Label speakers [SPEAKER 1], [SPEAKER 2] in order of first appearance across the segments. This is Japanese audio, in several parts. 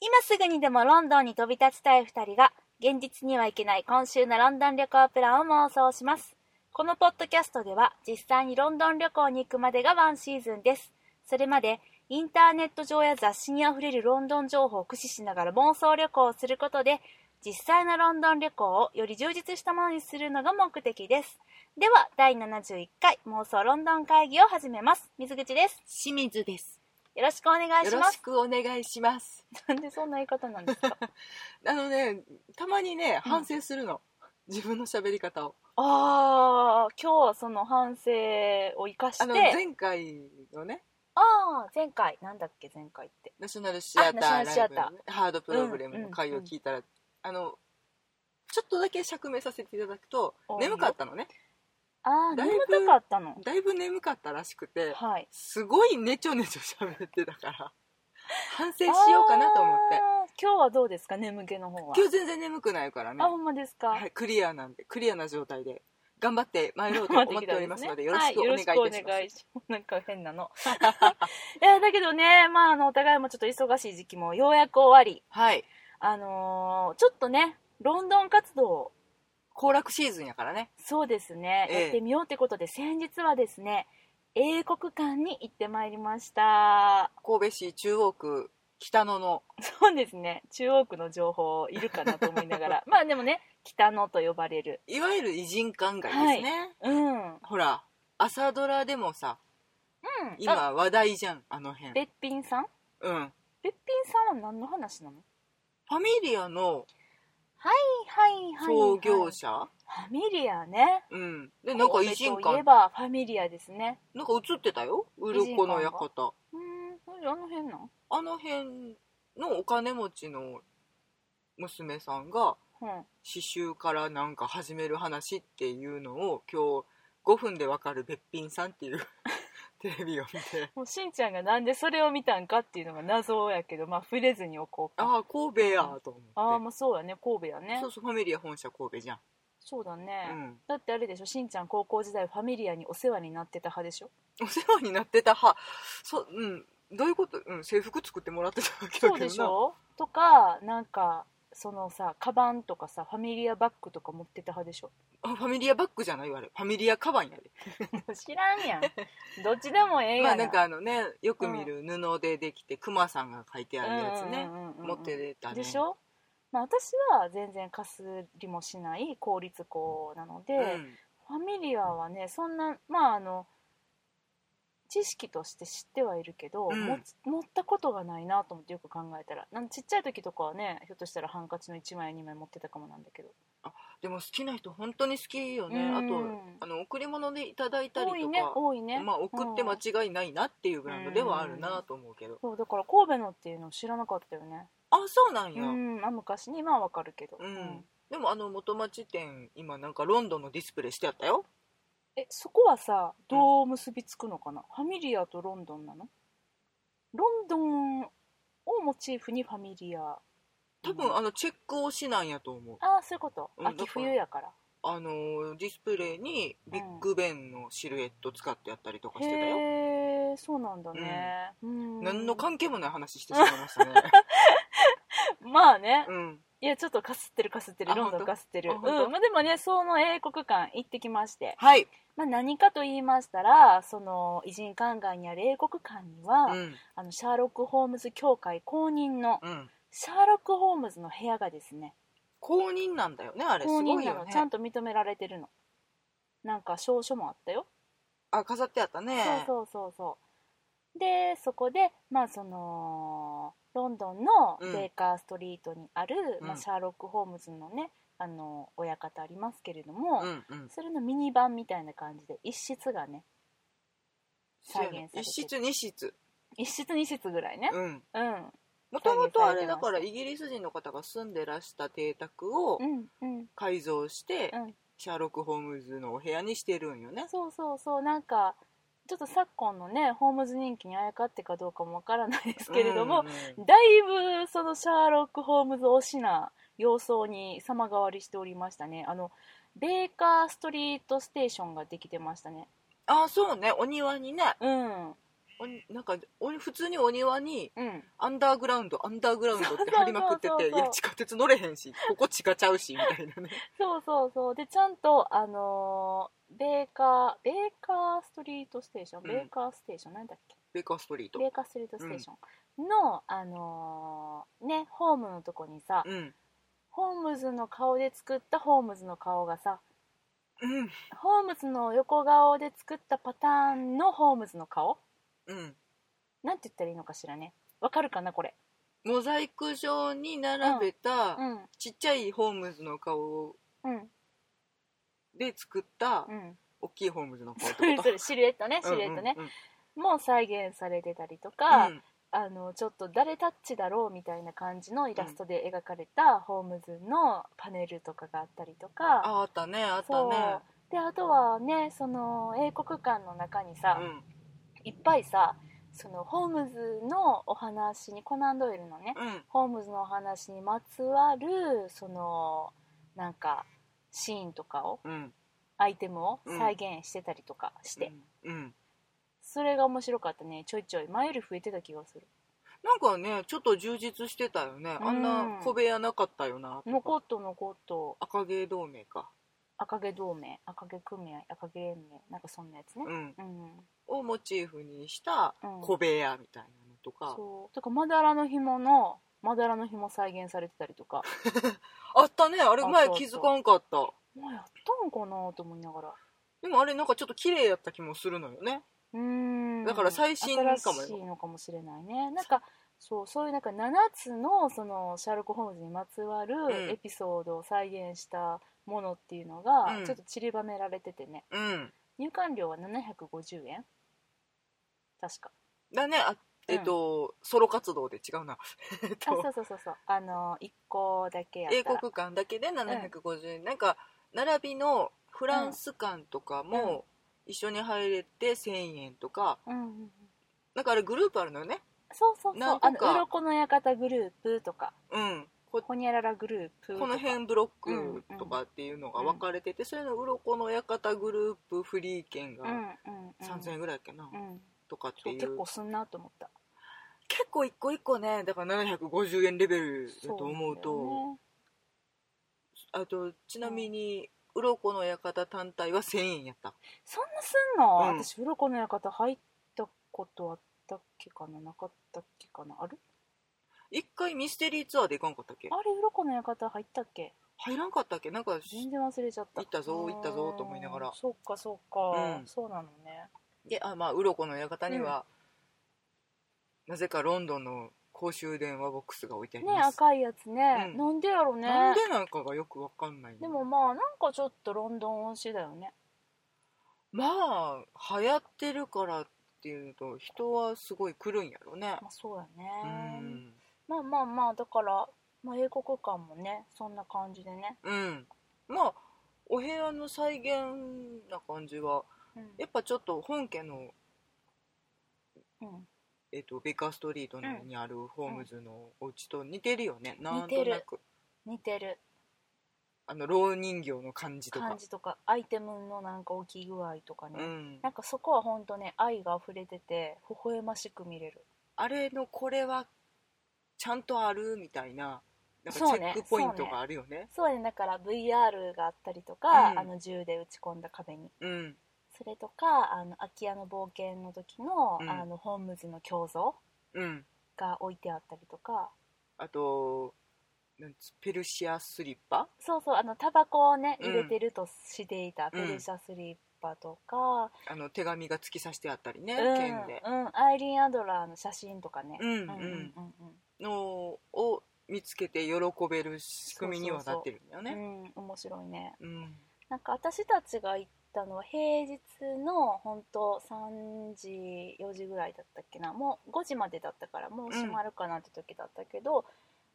[SPEAKER 1] 今すぐにでもロンドンに飛び立ちたい2人が現実には行けない今週のロンドン旅行プランを妄想しますこのポッドキャストでは実際にロンドン旅行に行くまでがワンシーズンですそれまでインターネット上や雑誌にあふれるロンドン情報を駆使しながら妄想旅行をすることで実際のロンドン旅行をより充実したものにするのが目的ですでは第71回妄想ロンドン会議を始めます水口です
[SPEAKER 2] 清水です
[SPEAKER 1] よろしくお願い
[SPEAKER 2] よ
[SPEAKER 1] し
[SPEAKER 2] ろ
[SPEAKER 1] ま
[SPEAKER 2] し
[SPEAKER 1] す
[SPEAKER 2] くお願いします
[SPEAKER 1] なんでそんな言い方なんですか
[SPEAKER 2] あのねたまにね反省するの、自分の喋り方を
[SPEAKER 1] ああ今日はその反省を生かし
[SPEAKER 2] あの
[SPEAKER 1] て
[SPEAKER 2] 前回のね
[SPEAKER 1] ああ前回なんだっけ前回って
[SPEAKER 2] ナショナルシアタ
[SPEAKER 1] あ
[SPEAKER 2] ー
[SPEAKER 1] ナショナ
[SPEAKER 2] ライ
[SPEAKER 1] ル
[SPEAKER 2] ブ
[SPEAKER 1] シアター
[SPEAKER 2] のねハードプログラムの回を聞いたら、あのちょっとだけ釈明させていただくと
[SPEAKER 1] お
[SPEAKER 2] 眠かったのね
[SPEAKER 1] ああ
[SPEAKER 2] だい
[SPEAKER 1] 眠
[SPEAKER 2] ぶ
[SPEAKER 1] たかったの
[SPEAKER 2] だいぶ眠かったらしくて
[SPEAKER 1] はい
[SPEAKER 2] すごいねちょねちょ喋ってたから反省しようかなと思って
[SPEAKER 1] あー今日はどうですか眠気の方は
[SPEAKER 2] 今日全然眠くないからね
[SPEAKER 1] あほんまですか、
[SPEAKER 2] はい、クリアなんでクリアな状態で頑張って参ろうと思っておりますのでよろしくお願いいたしま
[SPEAKER 1] は
[SPEAKER 2] す,、
[SPEAKER 1] い、よろしくお願いしますなんか変なの いやだけどねまああのお互いもちょっと忙しい時期もようやく終わり
[SPEAKER 2] はい
[SPEAKER 1] あのーちょっとねロンドン活動を
[SPEAKER 2] 行楽シーズンやからね
[SPEAKER 1] そうですね、
[SPEAKER 2] ええ
[SPEAKER 1] やってみようってことで先日はですね英国館に行ってまいりました
[SPEAKER 2] 神戸市中央区北野の
[SPEAKER 1] そうですね中央区の情報いるかなと思いなが らまあでもね北野と呼ばれる
[SPEAKER 2] いわゆる偉人館街ですね、
[SPEAKER 1] うん、うん、
[SPEAKER 2] ほら朝ドラでもさ
[SPEAKER 1] あ
[SPEAKER 2] 今話題じゃんあの辺
[SPEAKER 1] べっぴんさん
[SPEAKER 2] うん
[SPEAKER 1] べっぴんさんは何の話なの
[SPEAKER 2] ファミリアの
[SPEAKER 1] はいはいはい、
[SPEAKER 2] 創業
[SPEAKER 1] フ
[SPEAKER 2] 者、
[SPEAKER 1] ァミリアね
[SPEAKER 2] うんでなんか偉人
[SPEAKER 1] 神戸といえ
[SPEAKER 2] 館
[SPEAKER 1] ばファミリアですね
[SPEAKER 2] なんか映ってたよ鱗の館
[SPEAKER 1] うーんあの辺なん
[SPEAKER 2] あの辺のお金持ちの娘さんが
[SPEAKER 1] うん
[SPEAKER 2] 刺繍からなんか始める話っていうのを今日5分でわかるべっぴんさ んっていうテレビを見て
[SPEAKER 1] もうしんちゃんがなんでそれを見たんかっていうのが謎やけどまあ触れずにおこうか
[SPEAKER 2] ああ神戸やと
[SPEAKER 1] あ
[SPEAKER 2] 思
[SPEAKER 1] あ
[SPEAKER 2] って
[SPEAKER 1] まあそうやね神戸やね
[SPEAKER 2] そ
[SPEAKER 1] そう
[SPEAKER 2] うそうファミリア本社神戸じゃん、
[SPEAKER 1] だね、
[SPEAKER 2] うん、
[SPEAKER 1] だってあれでしょしんちゃん高校時代ファミリアにお世話になってた派でしょ
[SPEAKER 2] お世話になってた派そううんどういうこと、うん、制服作ってもらってたわけだ
[SPEAKER 1] そう
[SPEAKER 2] け
[SPEAKER 1] で
[SPEAKER 2] ど
[SPEAKER 1] し
[SPEAKER 2] な
[SPEAKER 1] ょとかなんかそのさカバンとかさファミリアバッグとか持ってた派でしょ
[SPEAKER 2] あファミリアバッグじゃないわあれファミリアカバンやで、
[SPEAKER 1] 知らんや んどっちでもええやん、
[SPEAKER 2] まあなんかあのねよく見る布でできてクマさんが書いてあるやつね
[SPEAKER 1] うんうんうんうんうん
[SPEAKER 2] 持って出たね
[SPEAKER 1] でしょ、まあ、私は全然かすりもしない公立校なので、
[SPEAKER 2] うん
[SPEAKER 1] ファミリアはねそんなまああの知識として知ってはいるけど、
[SPEAKER 2] うん
[SPEAKER 1] 持つ持ったことがないなと思ってよく考えたらなんちっちゃい時とかはねひょっとしたらハンカチの1枚2枚持ってたかもなんだけど、
[SPEAKER 2] でも好きな人本当に好きよね、
[SPEAKER 1] う
[SPEAKER 2] あと
[SPEAKER 1] ん
[SPEAKER 2] あの贈り物でいただいたり
[SPEAKER 1] 多
[SPEAKER 2] とか
[SPEAKER 1] いね多いね、
[SPEAKER 2] まあ、送って
[SPEAKER 1] うん
[SPEAKER 2] 間違いないなっていうブランドではあるなと思うけど、
[SPEAKER 1] そうだから神戸のっていうの知らなかったよね
[SPEAKER 2] あそうなんや、
[SPEAKER 1] う
[SPEAKER 2] うん
[SPEAKER 1] ん、まあ、昔に今はわかるけど、
[SPEAKER 2] でもあの元町店今なんかロンドンのディスプレイしてあったよ
[SPEAKER 1] えそこはさどう結びつくのかな、ファミリアとロンドンなのロンドンをモチーフにファミリア
[SPEAKER 2] 多
[SPEAKER 1] うん
[SPEAKER 2] 分
[SPEAKER 1] あ
[SPEAKER 2] あのチェック推しなんやと思う
[SPEAKER 1] あそういうこと、
[SPEAKER 2] うん
[SPEAKER 1] 秋冬やから
[SPEAKER 2] あのーディスプレイにビッグベンのシルエット使ってやったりとかしてたよ、
[SPEAKER 1] へえそうなんだね、うん、
[SPEAKER 2] 何の関係もない話してしまい ましたね
[SPEAKER 1] まあね、
[SPEAKER 2] うん
[SPEAKER 1] いやちょっとかすってるかすってる
[SPEAKER 2] あ
[SPEAKER 1] ロンド
[SPEAKER 2] ほん
[SPEAKER 1] ン
[SPEAKER 2] と
[SPEAKER 1] かすってるう
[SPEAKER 2] あ
[SPEAKER 1] ん
[SPEAKER 2] ほんと
[SPEAKER 1] まあ、でもねその英国館行ってきまして、
[SPEAKER 2] はい、
[SPEAKER 1] まあ、何かと言いましたらその偉人館街にある英国館には、
[SPEAKER 2] うん
[SPEAKER 1] あのシャーロック・ホームズ協会公認の
[SPEAKER 2] うん、
[SPEAKER 1] シャーロック・ホームズの部屋がですね
[SPEAKER 2] 公認なんだよねあれす
[SPEAKER 1] 公
[SPEAKER 2] ご
[SPEAKER 1] 認
[SPEAKER 2] い
[SPEAKER 1] な
[SPEAKER 2] よ
[SPEAKER 1] の
[SPEAKER 2] ね
[SPEAKER 1] ちゃんと認められてるのなんか証書もあったよ、
[SPEAKER 2] あ飾ってあったね
[SPEAKER 1] そうそうそうそうでそこでまあそのロンドンの
[SPEAKER 2] うん
[SPEAKER 1] ベーカーストリートにある、
[SPEAKER 2] うん
[SPEAKER 1] まあ、シャーロック・ホームズのねあの親方ありますけれども、
[SPEAKER 2] うんうん
[SPEAKER 1] それのミニ版みたいな感じで一室がね再現されてる
[SPEAKER 2] 一室二室
[SPEAKER 1] 一室二室ぐらいね
[SPEAKER 2] うん
[SPEAKER 1] うん
[SPEAKER 2] もともとあれだからイギリス人の方が住んでらした邸宅を
[SPEAKER 1] うんうん
[SPEAKER 2] 改造して、
[SPEAKER 1] うん
[SPEAKER 2] シャーロック・ホームズのお部屋にしてるんよね
[SPEAKER 1] そうそうそうなんかちょっと昨今のねホームズ人気にあやかってかどうかもわからないですけれども
[SPEAKER 2] うん、うん
[SPEAKER 1] だいぶそのシャーロック・ホームズ推しな様相に様変わりしておりましたねあのベーカーストリートステーションができてましたね
[SPEAKER 2] ああそうねお庭にね
[SPEAKER 1] うん
[SPEAKER 2] おになんかおに普通にお庭に
[SPEAKER 1] うん
[SPEAKER 2] アンダーグラウンドアンダーグラウンドって張りまくって
[SPEAKER 1] そうそうそう
[SPEAKER 2] てい
[SPEAKER 1] そう
[SPEAKER 2] や地下鉄乗れへんしここ地下ちゃうしみたい なね
[SPEAKER 1] そうそうそうでちゃんとあのーベーカーベーカーストリートステーション
[SPEAKER 2] うん
[SPEAKER 1] ベーカーステーション、なんだっけ
[SPEAKER 2] ベーカーストリート
[SPEAKER 1] ベーカーストリートステーションの、あのーねホームのとこにさ、
[SPEAKER 2] うん
[SPEAKER 1] ホームズの顔で作ったホームズの顔がさ
[SPEAKER 2] うん
[SPEAKER 1] ホームズの横顔で作ったパターンのホームズの顔
[SPEAKER 2] うん
[SPEAKER 1] なんて言ったらいいのかしらねわかるかなこれ
[SPEAKER 2] モザイク状に並べた
[SPEAKER 1] うん
[SPEAKER 2] ちっちゃいホームズの顔
[SPEAKER 1] うん
[SPEAKER 2] で作った
[SPEAKER 1] うん
[SPEAKER 2] 大きいホームズの顔っ
[SPEAKER 1] それ
[SPEAKER 2] て
[SPEAKER 1] そ
[SPEAKER 2] こと
[SPEAKER 1] れシルエットねシルエットね、もう再現されてたりとか、
[SPEAKER 2] うん
[SPEAKER 1] あのちょっと誰タッチだろうみたいな感じのイラストで描かれたホームズのパネルとかがあったりとか、
[SPEAKER 2] ああったねあった
[SPEAKER 1] そう
[SPEAKER 2] ね
[SPEAKER 1] であとはねその英国館の中にさ、いっぱいさそのホームズのお話にコナンドイルのね
[SPEAKER 2] うんうん
[SPEAKER 1] ホームズのお話にまつわるそのなんかシーンとかを
[SPEAKER 2] うん
[SPEAKER 1] アイテムを再現してたりとかして、
[SPEAKER 2] うん
[SPEAKER 1] それが面白かったねちょいちょい前より増えてた気がする
[SPEAKER 2] なんかねちょっと充実してたよねあん
[SPEAKER 1] うん
[SPEAKER 2] な小部屋なかったよなと
[SPEAKER 1] 残
[SPEAKER 2] か
[SPEAKER 1] っと残っと
[SPEAKER 2] 赤毛同盟か
[SPEAKER 1] 赤毛同盟赤毛組合赤毛連盟なんかそんなやつね
[SPEAKER 2] うん
[SPEAKER 1] うん、
[SPEAKER 2] をモチーフにした
[SPEAKER 1] うん
[SPEAKER 2] 小部屋みたいなのとか
[SPEAKER 1] そうとかまだらの紐のまだらの紐再現されてたりと か
[SPEAKER 2] あったねあれ前
[SPEAKER 1] あったあった
[SPEAKER 2] 気づかんかった
[SPEAKER 1] もうやったんかなと思いながら
[SPEAKER 2] でもあれなんかちょっと綺麗やった気もするのよね
[SPEAKER 1] うーん
[SPEAKER 2] だから最新かもよ
[SPEAKER 1] 新しいのかもしれないねなんかそうそういうなんか7つのそのシャーロック・ホームズにまつわ
[SPEAKER 2] うん
[SPEAKER 1] るエピソードを再現したものっていうのが
[SPEAKER 2] うん
[SPEAKER 1] ちょっと散りばめられててね、
[SPEAKER 2] うん
[SPEAKER 1] 入館料は750円確か
[SPEAKER 2] だねあえっとソロ活動で違うなえっ
[SPEAKER 1] あそ
[SPEAKER 2] と
[SPEAKER 1] うそうそうそうあの1個だけやっ
[SPEAKER 2] 英
[SPEAKER 1] たら
[SPEAKER 2] 国間だけで750円、なんか並びのフランス間とかも一緒に入れて1000円とか
[SPEAKER 1] うんうんうん
[SPEAKER 2] なんかあれグループあるのよね
[SPEAKER 1] そうそうそうん
[SPEAKER 2] な
[SPEAKER 1] あ
[SPEAKER 2] か
[SPEAKER 1] の鱗の館グループとか
[SPEAKER 2] うんこ
[SPEAKER 1] ホニャララグループとか
[SPEAKER 2] この辺ブロックとかっていうのが分かれてて、それの鱗の館グループフリー券
[SPEAKER 1] うんうん
[SPEAKER 2] が
[SPEAKER 1] うん
[SPEAKER 2] 3000円ぐらいやっけな、
[SPEAKER 1] うん
[SPEAKER 2] とかって
[SPEAKER 1] そう
[SPEAKER 2] いう
[SPEAKER 1] 結構すんなと思った
[SPEAKER 2] 結構一個一個ねだから750円レベルだと思う
[SPEAKER 1] そ
[SPEAKER 2] と
[SPEAKER 1] なんだよね
[SPEAKER 2] あとちなみに鱗の館単体は1000円やった
[SPEAKER 1] そんなすんの、
[SPEAKER 2] うん
[SPEAKER 1] 私鱗の館入ったことあったっけかななかったっけかなあれ
[SPEAKER 2] 一回ミステリーツアーで行かんかったっけ
[SPEAKER 1] あれ鱗の館入ったっけ
[SPEAKER 2] 入らんかったっけなんか
[SPEAKER 1] 全然忘れちゃった
[SPEAKER 2] 行ったぞ
[SPEAKER 1] うーん
[SPEAKER 2] 行ったぞと思いながら
[SPEAKER 1] そっかそっか、
[SPEAKER 2] うん
[SPEAKER 1] そうなのね
[SPEAKER 2] であまあ鱗の館には、なぜかロンドンの公衆電話ボックスが置いてあり
[SPEAKER 1] ね
[SPEAKER 2] ます、
[SPEAKER 1] 赤いやつね、
[SPEAKER 2] うん
[SPEAKER 1] なんでやろね
[SPEAKER 2] なんでなんかがよくわかんない
[SPEAKER 1] でもまあなんかちょっとロンドン推しだよね
[SPEAKER 2] まあ流行ってるからっていうのと人はすごい来るんやろね
[SPEAKER 1] まあそうや
[SPEAKER 2] う
[SPEAKER 1] ね、
[SPEAKER 2] ん
[SPEAKER 1] まあまあまあだから、まあ、英国館もねそんな感じでね、
[SPEAKER 2] うんまあお部屋の再現な感じは
[SPEAKER 1] うん
[SPEAKER 2] やっぱちょっと本家の、
[SPEAKER 1] うん
[SPEAKER 2] えっとベーカーストリートの
[SPEAKER 1] うん
[SPEAKER 2] にあるホームズのお家と似てるよね、なん
[SPEAKER 1] 似
[SPEAKER 2] と
[SPEAKER 1] て
[SPEAKER 2] な
[SPEAKER 1] る
[SPEAKER 2] く
[SPEAKER 1] 似てる
[SPEAKER 2] あの老人形の感じと
[SPEAKER 1] 感
[SPEAKER 2] か
[SPEAKER 1] じとかアイテムのなんか置き具合とかね、
[SPEAKER 2] うん
[SPEAKER 1] なんかそこは本当ね愛が溢れてて微笑ましく見れる
[SPEAKER 2] あれのこれはちゃんとあるみたいななんかチ
[SPEAKER 1] そう
[SPEAKER 2] ェ
[SPEAKER 1] ね
[SPEAKER 2] ックポイントがあるよね
[SPEAKER 1] そうやねだから VR があったりとか、
[SPEAKER 2] うん
[SPEAKER 1] あの銃で打ち込んだ壁に
[SPEAKER 2] うん
[SPEAKER 1] それとかあの空き家の冒険の時の,、
[SPEAKER 2] うん
[SPEAKER 1] あのホームズの胸像
[SPEAKER 2] うん
[SPEAKER 1] が置いてあったりとか
[SPEAKER 2] あとなんつペルシアスリッパ
[SPEAKER 1] そうそうあのタバコをね
[SPEAKER 2] うん
[SPEAKER 1] 入れてるとしていたペルシャスリッパとか、
[SPEAKER 2] あの手紙が突き刺してあったりね、
[SPEAKER 1] うん
[SPEAKER 2] 剣で
[SPEAKER 1] うん、アイリーン・アドラーの写真とかね、
[SPEAKER 2] うんうん
[SPEAKER 1] うん
[SPEAKER 2] のを見つけて喜べる仕組みにはなってるんだよ
[SPEAKER 1] うんう
[SPEAKER 2] ね
[SPEAKER 1] ん、うん、面白いね
[SPEAKER 2] うん
[SPEAKER 1] なんか私たちが行ったのは平日の本当3時4時ぐらいだったっけなもう5時までだったからもう閉まるかなって時だったけど、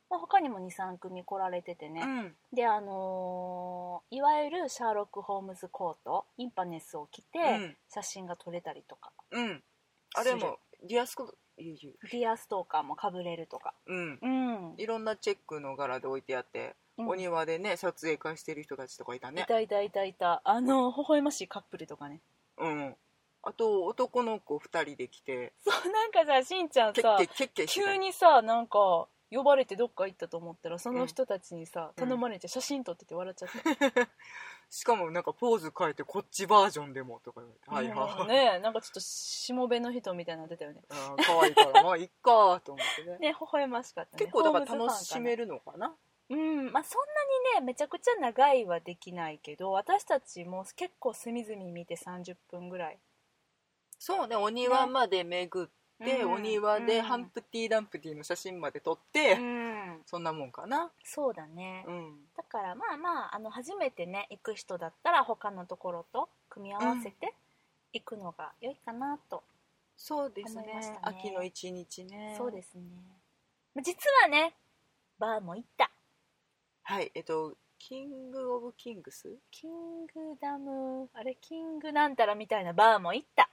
[SPEAKER 1] まあ、他にも23組来られてて
[SPEAKER 2] う
[SPEAKER 1] ね、
[SPEAKER 2] ん
[SPEAKER 1] であのーいわゆるシャーロック・ホームズコートインパネスを着て
[SPEAKER 2] うん
[SPEAKER 1] 写真が撮れたりとか、
[SPEAKER 2] うんあれもディアスコいやいや
[SPEAKER 1] ディアストーカーもかぶれるとか
[SPEAKER 2] うん
[SPEAKER 1] うん、
[SPEAKER 2] いろんなチェックの柄で置いてあって、
[SPEAKER 1] うん
[SPEAKER 2] お庭でね撮影会してる人たちとかいた
[SPEAKER 1] い
[SPEAKER 2] ね
[SPEAKER 1] たいたいたいたあの微笑ましいカップルとかね
[SPEAKER 2] うんあと男の子2人で来て
[SPEAKER 1] そうなんかさしんちゃん
[SPEAKER 2] ケ
[SPEAKER 1] さ
[SPEAKER 2] ッケケッケしてた
[SPEAKER 1] 急にさなんか呼ばれてどっか行ったと思ったらその人たちにさ、
[SPEAKER 2] うん
[SPEAKER 1] 頼まれて写真撮ってて笑っちゃった、
[SPEAKER 2] しかもなんかポーズ変えてこっちバージョンでもとか言われて、はい
[SPEAKER 1] も
[SPEAKER 2] は
[SPEAKER 1] う
[SPEAKER 2] い、
[SPEAKER 1] ねなんかちょっとしもべの人みたいなの出たよね
[SPEAKER 2] あー可愛いからまあいっかーと思ってね
[SPEAKER 1] ね微笑ましかったね
[SPEAKER 2] 結構だから楽しめ
[SPEAKER 1] る
[SPEAKER 2] るのかな
[SPEAKER 1] うんまあそんなにねめちゃくちゃ長いはできないけど私たちも結構隅々見て30分ぐらい
[SPEAKER 2] そうねお庭まで巡って、
[SPEAKER 1] うん
[SPEAKER 2] お庭で
[SPEAKER 1] うん
[SPEAKER 2] ハンプティ・ダンプティの写真まで撮って、
[SPEAKER 1] うん
[SPEAKER 2] そんなもんかな
[SPEAKER 1] そうだね、
[SPEAKER 2] うん
[SPEAKER 1] だからまあまああの初めてね行く人だったら他のところと組み合わせて行くのが良いかなと、
[SPEAKER 2] そうですね
[SPEAKER 1] 思いましたね
[SPEAKER 2] 秋の一日ね
[SPEAKER 1] そうですねまあ実はねバーも行った
[SPEAKER 2] はいえっとキング・オブ・キングス
[SPEAKER 1] キングダムあれキングなんたらみたいなバーも行った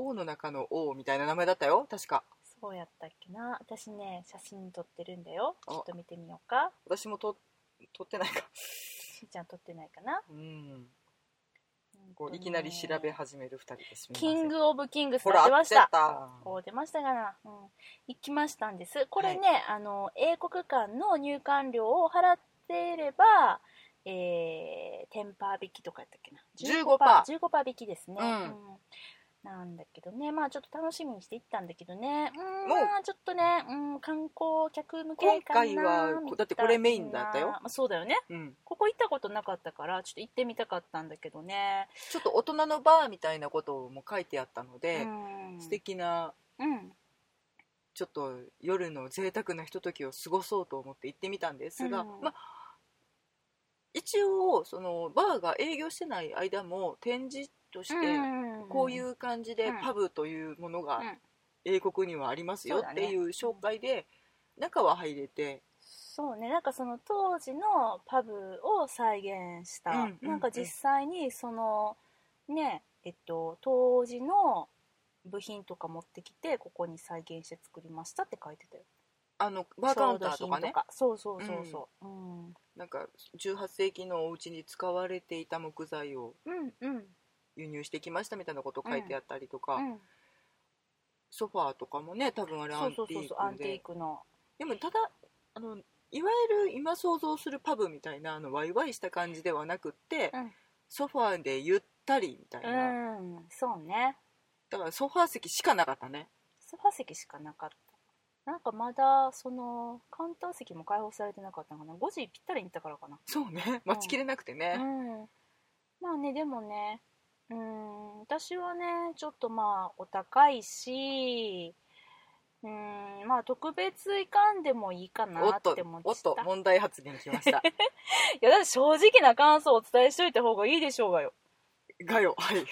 [SPEAKER 2] 王の中の王みたいな名前だったよ確か
[SPEAKER 1] そうやったっけな私ね写真撮ってるんだよち
[SPEAKER 2] あ
[SPEAKER 1] ょっと見てみようか
[SPEAKER 2] 私もと撮ってないか
[SPEAKER 1] しんちゃん撮ってないかな、
[SPEAKER 2] うん
[SPEAKER 1] うんと
[SPEAKER 2] こう
[SPEAKER 1] ね
[SPEAKER 2] いきなり調べ始める2人ですみません
[SPEAKER 1] キングオブキングス
[SPEAKER 2] ほ
[SPEAKER 1] 出
[SPEAKER 2] ら合
[SPEAKER 1] ま
[SPEAKER 2] っ
[SPEAKER 1] して
[SPEAKER 2] た
[SPEAKER 1] たおー出ましたがな、うん、行きましたんですこれね、あの英国間の入館料を払っていればえー、10%引きとかやったっけな
[SPEAKER 2] 15%
[SPEAKER 1] 15%引きですね、
[SPEAKER 2] うん
[SPEAKER 1] なんだけどねまあちょっと楽しみにして行ったんだけどねうーん
[SPEAKER 2] もう
[SPEAKER 1] まあちょっとね、うん、観光客向けかな
[SPEAKER 2] 今回は
[SPEAKER 1] みたいな
[SPEAKER 2] だってこれメインだったよ
[SPEAKER 1] まあ、そうだよね
[SPEAKER 2] うん、
[SPEAKER 1] ここ行ったことなかったからちょっと行ってみたかったんだけどね、
[SPEAKER 2] ちょっと大人のバーみたいなことも書いてあったので、
[SPEAKER 1] うん
[SPEAKER 2] 素敵な
[SPEAKER 1] うん
[SPEAKER 2] ちょっと夜の贅沢なひとときを過ごそうと思って行ってみたんですが、
[SPEAKER 1] うん
[SPEAKER 2] まあ一応そのバーが営業してない間も展示として
[SPEAKER 1] うん
[SPEAKER 2] こういう感じで
[SPEAKER 1] うん
[SPEAKER 2] パブというもの
[SPEAKER 1] う
[SPEAKER 2] が
[SPEAKER 1] ん
[SPEAKER 2] 英国にはあります
[SPEAKER 1] そ
[SPEAKER 2] よ
[SPEAKER 1] うだ
[SPEAKER 2] っ
[SPEAKER 1] ね
[SPEAKER 2] ていう紹介で中は入れて
[SPEAKER 1] そうねなんかその当時のパブを再現した、
[SPEAKER 2] うんうんうん
[SPEAKER 1] なんか実際にそのねえっと当時の部品とか持ってきてここに再現して作りましたって書いてたよ
[SPEAKER 2] あのバーカウンター
[SPEAKER 1] 調
[SPEAKER 2] とか
[SPEAKER 1] 度品
[SPEAKER 2] ね
[SPEAKER 1] そうそうそうそううん、うん、
[SPEAKER 2] なんか18世紀のお家に使われていた木材を
[SPEAKER 1] うんうん
[SPEAKER 2] 輸入してきましたみたいなこと書いてあったりとか、
[SPEAKER 1] うん
[SPEAKER 2] ソファーとかもね多分あれア
[SPEAKER 1] そう
[SPEAKER 2] ンテ
[SPEAKER 1] そう
[SPEAKER 2] ィ
[SPEAKER 1] そうそうア
[SPEAKER 2] ー
[SPEAKER 1] ン
[SPEAKER 2] ク
[SPEAKER 1] ティ
[SPEAKER 2] で
[SPEAKER 1] ークの
[SPEAKER 2] でもただあのいわゆる今想像するパブみたいなあのワイワイした感じではなくって、
[SPEAKER 1] うん
[SPEAKER 2] ソファーでゆったりみたいうな、
[SPEAKER 1] んそうね
[SPEAKER 2] だからソファー席しかなかったね
[SPEAKER 1] ソファ席しかなかったなんかまだそのカウンター席も開放されてなかったのかな5時ぴったりに行ったからかな
[SPEAKER 2] そうね待ちきれなくて
[SPEAKER 1] う
[SPEAKER 2] ね、
[SPEAKER 1] ん、まあねでもねうん私はねちょっとまあお高いしうんまあ特別いかんでもいいかな
[SPEAKER 2] おっ
[SPEAKER 1] っ
[SPEAKER 2] と
[SPEAKER 1] て思っ
[SPEAKER 2] お
[SPEAKER 1] て
[SPEAKER 2] っと
[SPEAKER 1] たい
[SPEAKER 2] 問題発言きました
[SPEAKER 1] やだって正直な感想をお伝えしといた方がいいでしょうがよ
[SPEAKER 2] がよはい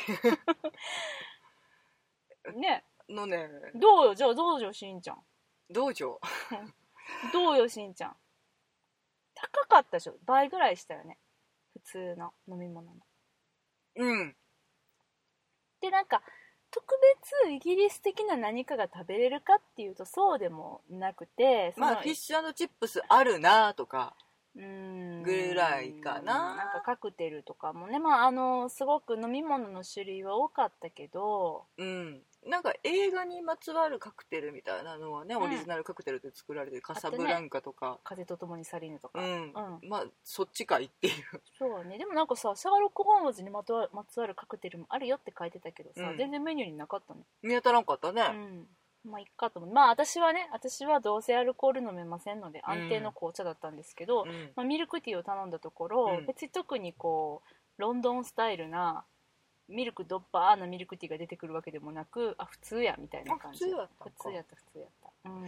[SPEAKER 1] ね
[SPEAKER 2] のね
[SPEAKER 1] どうよじゃあどうよしんちゃん
[SPEAKER 2] 道場
[SPEAKER 1] どうよしんちゃん高かったでしょ倍ぐらいしたよね普通の飲み物の
[SPEAKER 2] うん
[SPEAKER 1] でなんか特別イギリス的な何かが食べれるかっていうとそうでもなくてその
[SPEAKER 2] まあフィッシュチップスあるなとか
[SPEAKER 1] ぐ
[SPEAKER 2] ぐらいか
[SPEAKER 1] なん
[SPEAKER 2] な
[SPEAKER 1] かカクテルとかもねまああのすごく飲み物の種類は多かったけど
[SPEAKER 2] うんなんか映画にまつわるカクテルみたいなのはね、
[SPEAKER 1] うん
[SPEAKER 2] オリジナルカクテルで作られてるカ
[SPEAKER 1] あと
[SPEAKER 2] サ
[SPEAKER 1] ね
[SPEAKER 2] ブランカとか、
[SPEAKER 1] 風とともに去りぬとか、
[SPEAKER 2] うん
[SPEAKER 1] うん
[SPEAKER 2] まあそっちかいっていう
[SPEAKER 1] そうねでもなんかさシャーロック・ホームズにまつわまつわるカクテルもあるよって書いてたけどさ、
[SPEAKER 2] うん
[SPEAKER 1] 全然メニューになかったね
[SPEAKER 2] 見当たらんかったね、
[SPEAKER 1] うんまあいっかと思うまあ私はね私はどうせアルコール飲めませんので安定の紅茶だったんですけど、
[SPEAKER 2] うん
[SPEAKER 1] まあ、ミルクティーを頼んだところ、
[SPEAKER 2] うん
[SPEAKER 1] 別に特にこうロンドンスタイルなミルクドッパーなミルクティーが出てくるわけでもなくあ普通やみたいな感じ
[SPEAKER 2] あ普通やったんか
[SPEAKER 1] 普通やった普通やったうん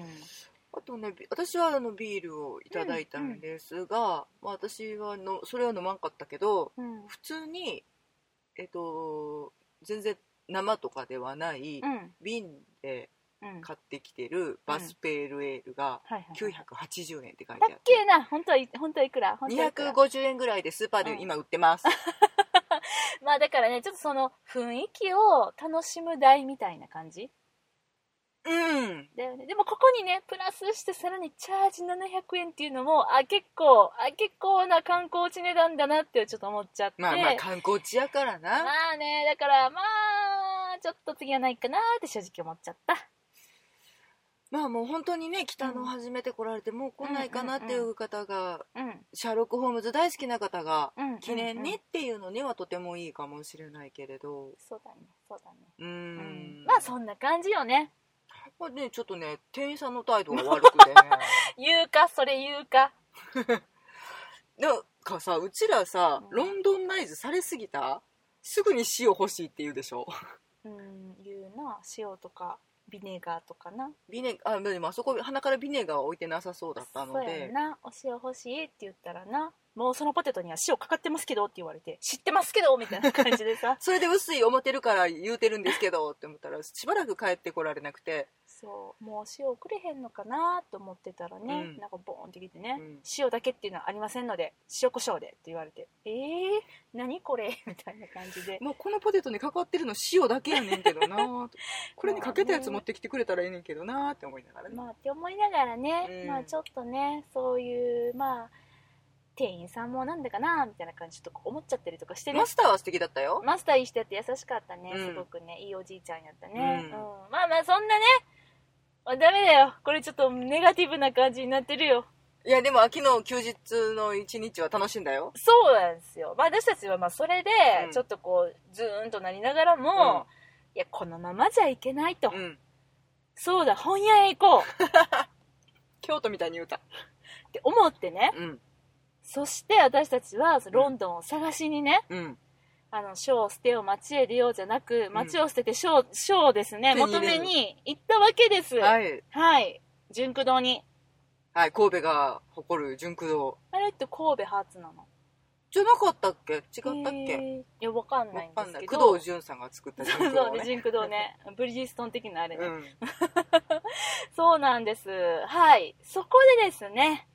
[SPEAKER 2] あとねび私はあのビールをいただいたんですが、まあ、私はのそれは飲まんかったけど
[SPEAKER 1] うん
[SPEAKER 2] 普通にえっと全然生とかではない、
[SPEAKER 1] うん
[SPEAKER 2] 瓶で
[SPEAKER 1] うん
[SPEAKER 2] 買ってきてるバスペールエールが
[SPEAKER 1] はいはいはい
[SPEAKER 2] 980円って書いて
[SPEAKER 1] だ
[SPEAKER 2] あ
[SPEAKER 1] っ
[SPEAKER 2] って
[SPEAKER 1] けな本当はい本当はいくら本当はいくら
[SPEAKER 2] 250円ぐらいでスーパーで今売っ てます、
[SPEAKER 1] まあだからねちょっとその雰囲気を楽しむ台みたいな感じ
[SPEAKER 2] うん
[SPEAKER 1] だよねでもここにねプラスしてさらにチャージ700円っていうのもあ結構あ結構な観光地値段だなってちょっと思っちゃって
[SPEAKER 2] まあまあ観光地やからな、
[SPEAKER 1] まあねだからまあちょっと次はないかなって正直思っちゃった
[SPEAKER 2] まあもう本当にね北野を始めてこられて、もう来ないかなっていう方が、
[SPEAKER 1] うん
[SPEAKER 2] シャーロック・ホームズ大好きな方が
[SPEAKER 1] うん
[SPEAKER 2] 記念
[SPEAKER 1] うんう
[SPEAKER 2] に
[SPEAKER 1] ん
[SPEAKER 2] っていうのにはとてもいいかもしれないけれど
[SPEAKER 1] そうだねそうだね
[SPEAKER 2] うー
[SPEAKER 1] うんんまあそんな感じよね
[SPEAKER 2] まあねちょっとね店員さんの態度が悪 くてね
[SPEAKER 1] 言うかそれ言うか
[SPEAKER 2] なんかさうちらさ
[SPEAKER 1] うん
[SPEAKER 2] ロンドンナイズされすぎたすぐに塩欲しいって言うでしょ
[SPEAKER 1] うん言うな塩とかビネガーとかな
[SPEAKER 2] ビネあでもあそこ鼻からビネガーは置いてなさそうだったの
[SPEAKER 1] そうや
[SPEAKER 2] で
[SPEAKER 1] んなお塩欲しいって言ったらなもうそのポテトには塩かかってますけどって言われて知ってますけどみたいな感じでさ
[SPEAKER 2] それで薄い思ってるから言うてるんですけどって思ったらしばらく帰ってこられなくて
[SPEAKER 1] そうもう塩くれへんのかなと思ってたらね、
[SPEAKER 2] うん
[SPEAKER 1] なんかボーンってきてね、
[SPEAKER 2] うん
[SPEAKER 1] 塩だけっていうのはありませんので塩コショウでって言われてえー、何これ みたいな感じで
[SPEAKER 2] まあ、このポテトにかかってるの塩だけやねんけどな ぁとこれにかけたやつ持ってきてくれたらいいねんけどなぁって思いながらね、
[SPEAKER 1] まあって思いながらね、
[SPEAKER 2] うん
[SPEAKER 1] まあちょっとねそういうまあ店員さんもなんだかなみたいな感じとか思っちゃったりとかしてね
[SPEAKER 2] マスターは素敵だったよ、
[SPEAKER 1] マスターいい人やって優しかったね、
[SPEAKER 2] うん
[SPEAKER 1] すごくねいいおじいちゃんやったね、う
[SPEAKER 2] う
[SPEAKER 1] んんまあまあそんなねあダメだよこれちょっとネガティブな感じになってるよ
[SPEAKER 2] いやでも秋の休日の一日は楽しんだよ
[SPEAKER 1] そうなんですよ、まあ、私たちはまあそれで
[SPEAKER 2] うん
[SPEAKER 1] ちょっとこうズーンとなりながらも、いやこのままじゃいけないと、
[SPEAKER 2] うん
[SPEAKER 1] そうだ本屋へ行こう
[SPEAKER 2] 京都みたいに言うた
[SPEAKER 1] って思ってね
[SPEAKER 2] うん
[SPEAKER 1] そして私たちはロンドンを探しにね、
[SPEAKER 2] うん
[SPEAKER 1] あの、ショーを捨てよう、街へ出ようじゃなく、街を捨ててショー、ショーをですね、
[SPEAKER 2] 手に
[SPEAKER 1] 求
[SPEAKER 2] 入れる
[SPEAKER 1] めに行ったわけです。はい。
[SPEAKER 2] はい、
[SPEAKER 1] 純駆堂に。
[SPEAKER 2] はい、神戸が誇る純駆動
[SPEAKER 1] あれって神戸初なの
[SPEAKER 2] じゃなかったっけ違ったっ
[SPEAKER 1] へ
[SPEAKER 2] け、
[SPEAKER 1] ーいやわかん
[SPEAKER 2] わ
[SPEAKER 1] ないんで
[SPEAKER 2] かん
[SPEAKER 1] す
[SPEAKER 2] ない
[SPEAKER 1] けど
[SPEAKER 2] 工藤潤さんが作った純
[SPEAKER 1] そう
[SPEAKER 2] 駆
[SPEAKER 1] そ
[SPEAKER 2] 動
[SPEAKER 1] うね
[SPEAKER 2] ね
[SPEAKER 1] 純駆動ねブリヂストン的なあれね、
[SPEAKER 2] うん
[SPEAKER 1] そうなんですはいそこでですね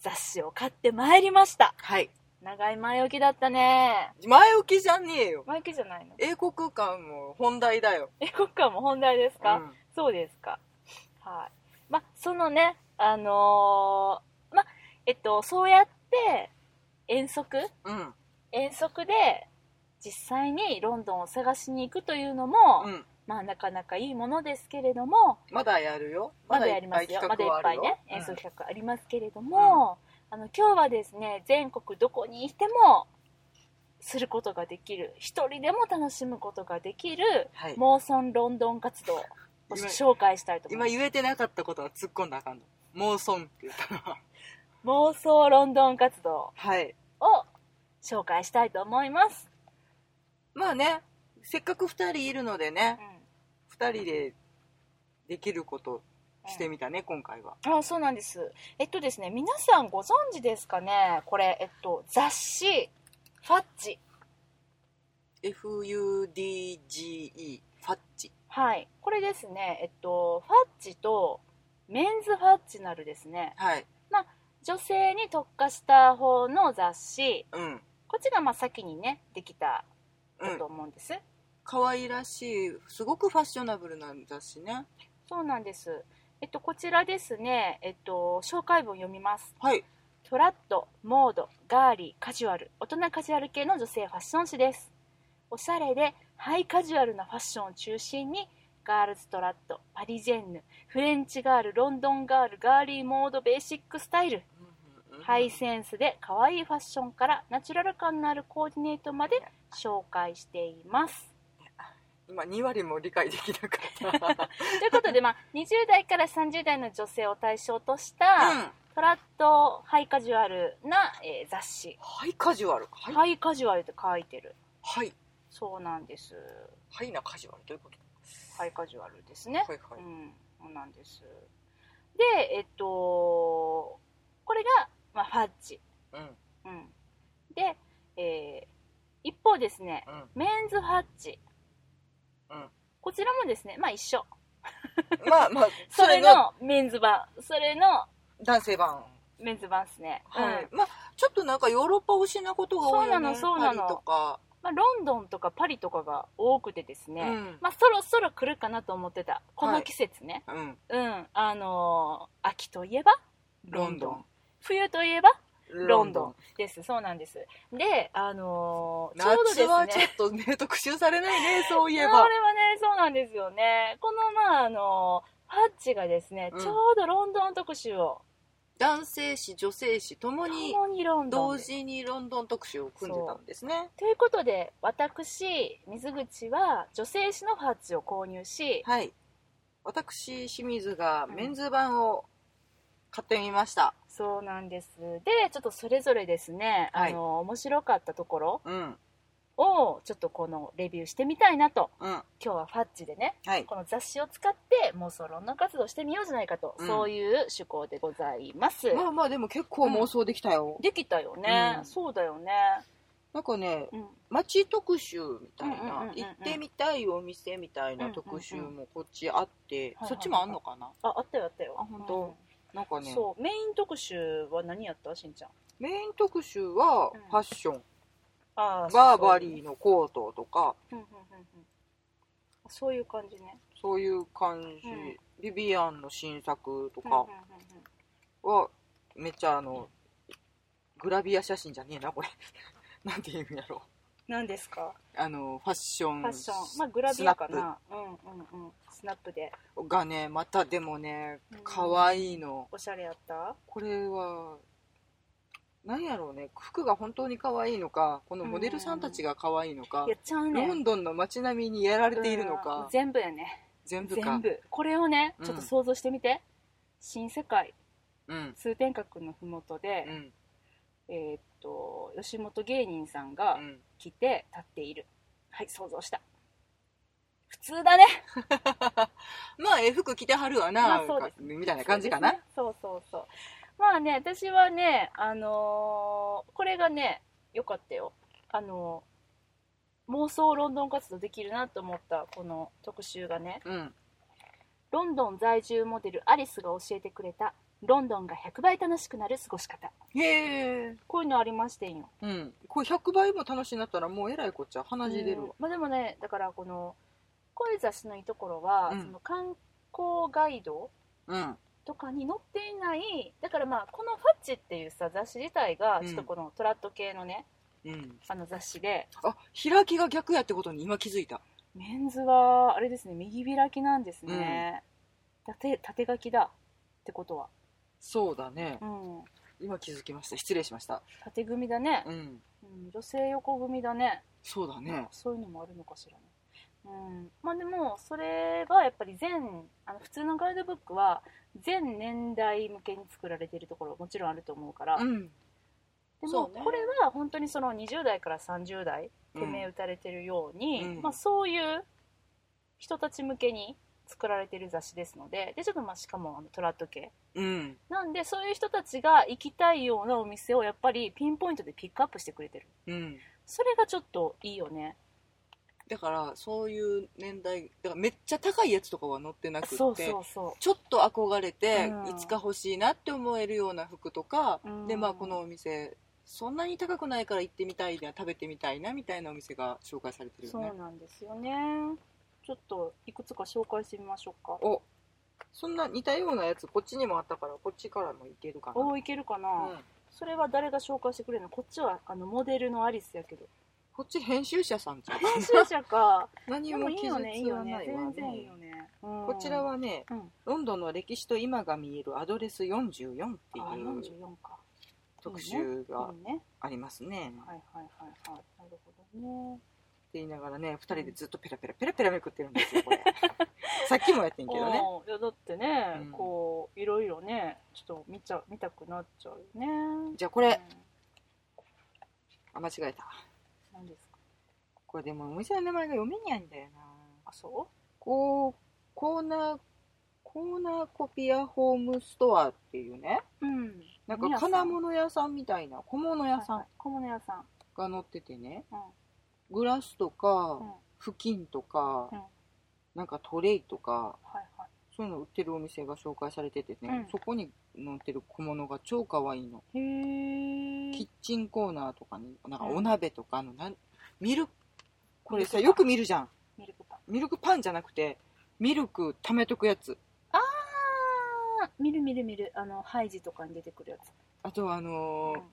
[SPEAKER 1] 雑誌を買ってまいりました
[SPEAKER 2] はい
[SPEAKER 1] 長い前置きだったね
[SPEAKER 2] 前置きじゃねえよ
[SPEAKER 1] 前置きじゃないの
[SPEAKER 2] 英国館も本題だよ、
[SPEAKER 1] え国家も本題です
[SPEAKER 2] う
[SPEAKER 1] か、
[SPEAKER 2] ん、
[SPEAKER 1] そうですかはいまそのねあのーまえっとそうやって遠足
[SPEAKER 2] うん
[SPEAKER 1] 遠足で実際にロンドンを探しに行くというのも、
[SPEAKER 2] うん
[SPEAKER 1] まあ、なかなかいいものですけれども、
[SPEAKER 2] まだやるよ
[SPEAKER 1] まだやりますよ、
[SPEAKER 2] いっ
[SPEAKER 1] まだ
[SPEAKER 2] ぱ
[SPEAKER 1] い
[SPEAKER 2] い企画は
[SPEAKER 1] っ
[SPEAKER 2] あ
[SPEAKER 1] ぱ
[SPEAKER 2] る
[SPEAKER 1] い
[SPEAKER 2] よ
[SPEAKER 1] ね、
[SPEAKER 2] うん
[SPEAKER 1] 演奏企画ありますけれども、あの今日はですね、全国どこにいてもすることができる、一人でも楽しむことができる、
[SPEAKER 2] はい
[SPEAKER 1] モーソンロンドン活動をご
[SPEAKER 2] 今
[SPEAKER 1] 紹介したいと思いま
[SPEAKER 2] 今
[SPEAKER 1] す。
[SPEAKER 2] 言えてなかったことは突っ込んだらあかんの妄想って言ったのは
[SPEAKER 1] 妄想ロンドン活動
[SPEAKER 2] はい
[SPEAKER 1] を紹介したいと思います。
[SPEAKER 2] まあねせっかく2人いるのでね
[SPEAKER 1] うん
[SPEAKER 2] 2人でできることしてみたね、今回は
[SPEAKER 1] あそうなんです。えっとですね、皆さんご存知ですかね、これ、えっと、雑誌、ファッチ。
[SPEAKER 2] FUDGE ファッチ
[SPEAKER 1] はい、これですね、えっと、ファッチとメンズファッチなるですね
[SPEAKER 2] はい
[SPEAKER 1] 女性に特化した方の雑誌
[SPEAKER 2] うん
[SPEAKER 1] こっちがまあ先にねできた
[SPEAKER 2] う
[SPEAKER 1] だ
[SPEAKER 2] ん
[SPEAKER 1] と思うんです、
[SPEAKER 2] 可愛らしいすごくファッショナブルな雑誌ね
[SPEAKER 1] そうなんですえっとこちらですねえっと紹介文読みます
[SPEAKER 2] はい
[SPEAKER 1] トラッドモードガーリーカジュアル大人カジュアル系の女性ファッション誌ですおしゃれでハイカジュアルなファッションを中心にガールズトラッドパリジェンヌフレンチガールロンドンガールガーリーモードベーシックスタイルハイセンスで可愛いファッションからナチュラル感のあるコーディネートまで紹介しています。
[SPEAKER 2] 今2割も理解できなかっ、
[SPEAKER 1] ということで、まあ、20代から30代の女性を対象としたた、
[SPEAKER 2] うん、
[SPEAKER 1] トラッドハイカジュアルな、えー雑誌、
[SPEAKER 2] ハイカジュアルはい
[SPEAKER 1] ハイカジュアルって書いてる。
[SPEAKER 2] はい
[SPEAKER 1] そうなんです。
[SPEAKER 2] ハイなカジュアルということ
[SPEAKER 1] ハイカジュアルですね。
[SPEAKER 2] はいは
[SPEAKER 1] う
[SPEAKER 2] い
[SPEAKER 1] ん、そうなんです。で、えっと、これが、まあ、ファッジ。
[SPEAKER 2] うん
[SPEAKER 1] うん。で、えー一方ですね、
[SPEAKER 2] うん
[SPEAKER 1] メンズファッチ、
[SPEAKER 2] うん
[SPEAKER 1] こちらもですねまあ一緒
[SPEAKER 2] まあまあ
[SPEAKER 1] それのメンズ版それの
[SPEAKER 2] 男性版
[SPEAKER 1] メンズ版ですね、
[SPEAKER 2] はい、
[SPEAKER 1] うん
[SPEAKER 2] まあちょっとなんかヨーロッパ推しなことが多いよね
[SPEAKER 1] そうなのそうなの
[SPEAKER 2] パリとか、
[SPEAKER 1] まあ、ロンドンとかパリとかが多くてですね、
[SPEAKER 2] うん
[SPEAKER 1] まあ、そろそろ来るかなと思ってたこの季節ね、
[SPEAKER 2] うん、
[SPEAKER 1] うんあのー秋といえば
[SPEAKER 2] ロンドン
[SPEAKER 1] 冬といえばロンドンです。そうなんです。で、あのーちょうどです
[SPEAKER 2] 夏
[SPEAKER 1] ね。
[SPEAKER 2] はちょっとね 特集されないねそういえ
[SPEAKER 1] こ
[SPEAKER 2] ば
[SPEAKER 1] れはね、そうなんですよね。この、まあ、あのーハッチがですね、
[SPEAKER 2] うん
[SPEAKER 1] ちょうどロンドン特集を、
[SPEAKER 2] 男性誌女性誌ともに
[SPEAKER 1] 共にロンド
[SPEAKER 2] 同
[SPEAKER 1] ンで。
[SPEAKER 2] 時にロンドン特集を組んでたんですね
[SPEAKER 1] ということで、私、水口は女性誌のハッチを購入し、
[SPEAKER 2] はい私清水がメンズ版を買ってみました
[SPEAKER 1] そうなんです。で、ちょっとそれぞれですね、あの
[SPEAKER 2] は
[SPEAKER 1] ー
[SPEAKER 2] い
[SPEAKER 1] 面白かったところ
[SPEAKER 2] うん
[SPEAKER 1] を、ちょっとこのレビューしてみたいなと、
[SPEAKER 2] うん
[SPEAKER 1] 今日はファッチでね、
[SPEAKER 2] はい
[SPEAKER 1] この雑誌を使って妄想論の活動をしてみようじゃないかと、
[SPEAKER 2] うん
[SPEAKER 1] そういう趣向でございます、
[SPEAKER 2] まあまあでも結構妄想できたよ、
[SPEAKER 1] できたよね、
[SPEAKER 2] うん
[SPEAKER 1] そうだよね
[SPEAKER 2] なんかね
[SPEAKER 1] うん
[SPEAKER 2] 街特集みたいな、
[SPEAKER 1] うんうんうんうんうん
[SPEAKER 2] 行ってみたいお店みたいな特集もこっちあって、
[SPEAKER 1] うん
[SPEAKER 2] そっちもあんのかな、
[SPEAKER 1] ああったよあったよ
[SPEAKER 2] あ本当なんか
[SPEAKER 1] うん
[SPEAKER 2] ね
[SPEAKER 1] そうメイン特集は何やったしんちゃん
[SPEAKER 2] メイン特集は
[SPEAKER 1] うん
[SPEAKER 2] ファッション、
[SPEAKER 1] あ
[SPEAKER 2] バーバリ
[SPEAKER 1] ー
[SPEAKER 2] ーのコートとか
[SPEAKER 1] そう,、うんうんうんうん、そういう感じね
[SPEAKER 2] そういう感じ、
[SPEAKER 1] うん
[SPEAKER 2] ビビアンの新作と
[SPEAKER 1] うんうんう
[SPEAKER 2] か
[SPEAKER 1] んうん
[SPEAKER 2] はめっちゃあのグラビア写真じゃねえなこれ なんていうんやろ
[SPEAKER 1] 何ですか
[SPEAKER 2] あのファッシ
[SPEAKER 1] フ
[SPEAKER 2] ョ
[SPEAKER 1] ァ
[SPEAKER 2] ン
[SPEAKER 1] ッション、まあ、グラビアかなうんうんうんスナップで
[SPEAKER 2] がねまたでもね
[SPEAKER 1] うん
[SPEAKER 2] 可愛いの、
[SPEAKER 1] おしゃれやった
[SPEAKER 2] これはなんやろうね服が本当に可愛いのかこのモデルさんたちが可愛いのか
[SPEAKER 1] い、やっちゃうね
[SPEAKER 2] ロンドンの街並みにやられているの
[SPEAKER 1] うん
[SPEAKER 2] か、
[SPEAKER 1] 全部やね
[SPEAKER 2] 全部か
[SPEAKER 1] 全部これをね
[SPEAKER 2] うん
[SPEAKER 1] ちょっと想像してみて、新世界
[SPEAKER 2] うん
[SPEAKER 1] 通天閣の麓
[SPEAKER 2] う
[SPEAKER 1] で、
[SPEAKER 2] ん
[SPEAKER 1] えーっと吉本芸人さん
[SPEAKER 2] う
[SPEAKER 1] が
[SPEAKER 2] ん
[SPEAKER 1] 来て立っているはい想像した普通だね
[SPEAKER 2] まあええ服着てはるわな、
[SPEAKER 1] まあそうです
[SPEAKER 2] みたいな感じかな、
[SPEAKER 1] そうそうそうまあね私はねあのーこれがね良かったよあのー妄想ロンドン活動できるなと思ったこの特集がね
[SPEAKER 2] うん
[SPEAKER 1] ロンドン在住モデルアリスが教えてくれたロンドンが100倍楽しくなる過ごし方
[SPEAKER 2] へえ
[SPEAKER 1] こういうのありましてんよ
[SPEAKER 2] うんこれ100倍も楽しいなったらもうえらいこっちゃ鼻血出るわ
[SPEAKER 1] うんまあ、でもねだからこの恋雑誌のいいところは、
[SPEAKER 2] うん
[SPEAKER 1] その観光ガイド
[SPEAKER 2] うん
[SPEAKER 1] とかに載っていないだからまあこの「ファッチ」っていうさ雑誌自体が
[SPEAKER 2] うん
[SPEAKER 1] ちょっとこのトラッド系のね、
[SPEAKER 2] うん
[SPEAKER 1] あの雑誌で
[SPEAKER 2] あ開きが逆やってことに今気づいた
[SPEAKER 1] メンズはあれですね右開きなんですね、縦縦書きだってことは、
[SPEAKER 2] そうだね
[SPEAKER 1] うん、
[SPEAKER 2] 今気づきました失礼しました
[SPEAKER 1] 縦組だね、
[SPEAKER 2] うん
[SPEAKER 1] うん女性横組だね
[SPEAKER 2] そうだね
[SPEAKER 1] そういうのもあるのかしらね。うん、まあでもそれはやっぱり全あの普通のガイドブックは全年代向けに作られているところもちろんあると思うから、
[SPEAKER 2] う
[SPEAKER 1] で
[SPEAKER 2] んそ
[SPEAKER 1] も
[SPEAKER 2] うね
[SPEAKER 1] これは本当にその20代から30代
[SPEAKER 2] うん
[SPEAKER 1] 手名打たれてるように、
[SPEAKER 2] うん
[SPEAKER 1] まあ、そういう人たち向けに作られてる雑誌ですのででちょっとまあしかもあのトラッド系
[SPEAKER 2] うん
[SPEAKER 1] なんでそういう人たちが行きたいようなお店をやっぱりピンポイントでピックアップしてくれてる
[SPEAKER 2] うん
[SPEAKER 1] それがちょっといいよね
[SPEAKER 2] だからそういう年代だからめっちゃ高いやつとかは載ってなくって
[SPEAKER 1] そうそうそ
[SPEAKER 2] ちょっと憧れて、
[SPEAKER 1] うん
[SPEAKER 2] いつか欲しいなって思えるような服とか、
[SPEAKER 1] うん
[SPEAKER 2] でまあこのお店そんなに高くないから行ってみたいな食べてみたいなみたいなお店が紹介されて
[SPEAKER 1] う
[SPEAKER 2] る
[SPEAKER 1] そ
[SPEAKER 2] よ
[SPEAKER 1] う
[SPEAKER 2] ね
[SPEAKER 1] なんですよねちょっといくつか紹介してみましょうか
[SPEAKER 2] おそんな似たようなやつこっちにもあったからこっちからもいけるか
[SPEAKER 1] おおいけるかな、
[SPEAKER 2] な、うん、
[SPEAKER 1] それは誰が紹介してくれるのこっちはあのモデルのアリスや けど
[SPEAKER 2] こっち編集者さん じゃん
[SPEAKER 1] 編集者か
[SPEAKER 2] 何
[SPEAKER 1] で
[SPEAKER 2] も
[SPEAKER 1] もいい
[SPEAKER 2] 傷
[SPEAKER 1] よ
[SPEAKER 2] つか
[SPEAKER 1] ねいいよね
[SPEAKER 2] ないわ
[SPEAKER 1] 全
[SPEAKER 2] ね
[SPEAKER 1] 然いいよね、うん
[SPEAKER 2] こちらはね
[SPEAKER 1] うん
[SPEAKER 2] ロンドンの歴史と今が見えるアドレス44っていう
[SPEAKER 1] あ44か
[SPEAKER 2] 特集が
[SPEAKER 1] いいね
[SPEAKER 2] ありますね
[SPEAKER 1] はいはいはいはいなるほどね
[SPEAKER 2] って言いながらね2人でずっとペラペラペラペラめくってるんで すよこれさっきもやってんけどね
[SPEAKER 1] おーいやだってね、
[SPEAKER 2] うん
[SPEAKER 1] こういろいろねちょっと見ちゃ見たくなっちゃうよね
[SPEAKER 2] じゃあこ
[SPEAKER 1] こ
[SPEAKER 2] れあ間違えた
[SPEAKER 1] 何ですか
[SPEAKER 2] これでもお店の名前が読めないんだよな
[SPEAKER 1] あそ
[SPEAKER 2] こうコーナーコーナーコピアホームストアっていうね
[SPEAKER 1] ううん
[SPEAKER 2] なんか金物屋さんみたいな小物屋さん
[SPEAKER 1] 小物屋さん
[SPEAKER 2] が載っててね
[SPEAKER 1] うん
[SPEAKER 2] グラスとか
[SPEAKER 1] うん
[SPEAKER 2] 布巾とか
[SPEAKER 1] うん
[SPEAKER 2] なんかトレイとか
[SPEAKER 1] はいはい
[SPEAKER 2] そういうの売ってるお店が紹介されててね、
[SPEAKER 1] うん
[SPEAKER 2] そこに載ってる小物が超可愛いの
[SPEAKER 1] へー
[SPEAKER 2] キッチンコーナーとかになんか
[SPEAKER 1] うん
[SPEAKER 2] お鍋とかあのなんミルクこれさ
[SPEAKER 1] ミルクパン
[SPEAKER 2] よく見るじゃん
[SPEAKER 1] ミルクパン
[SPEAKER 2] ミルクパンじゃなくてミルク貯めとくやつ
[SPEAKER 1] あー見る見る見るあのハイジとかに出てくるやつ
[SPEAKER 2] あとはあのー
[SPEAKER 1] うん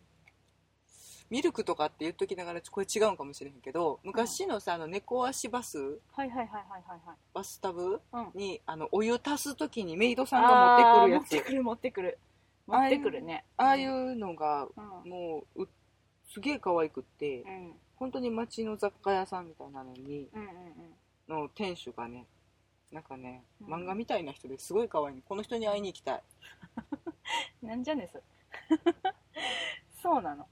[SPEAKER 2] ミルクとかって言っときながらこれ違うんかもしれへんけど昔のさあの猫足バス
[SPEAKER 1] はいはいはいはいはいはい
[SPEAKER 2] バスタブ
[SPEAKER 1] うん
[SPEAKER 2] にあのお湯足す時にメイドさんが持ってくるや
[SPEAKER 1] あー持
[SPEAKER 2] つ
[SPEAKER 1] ってくる持ってくる持ってくるね
[SPEAKER 2] ああい、うのが
[SPEAKER 1] うん
[SPEAKER 2] もううすげえ可愛くって
[SPEAKER 1] うん
[SPEAKER 2] 本当に街の雑貨屋さんみたいなのに
[SPEAKER 1] うんうん
[SPEAKER 2] の店主がねなんかね
[SPEAKER 1] うん
[SPEAKER 2] 漫画みたいな人ですごい可愛いのこの人に会いに行きたい
[SPEAKER 1] うんなんじゃねそれ そうなの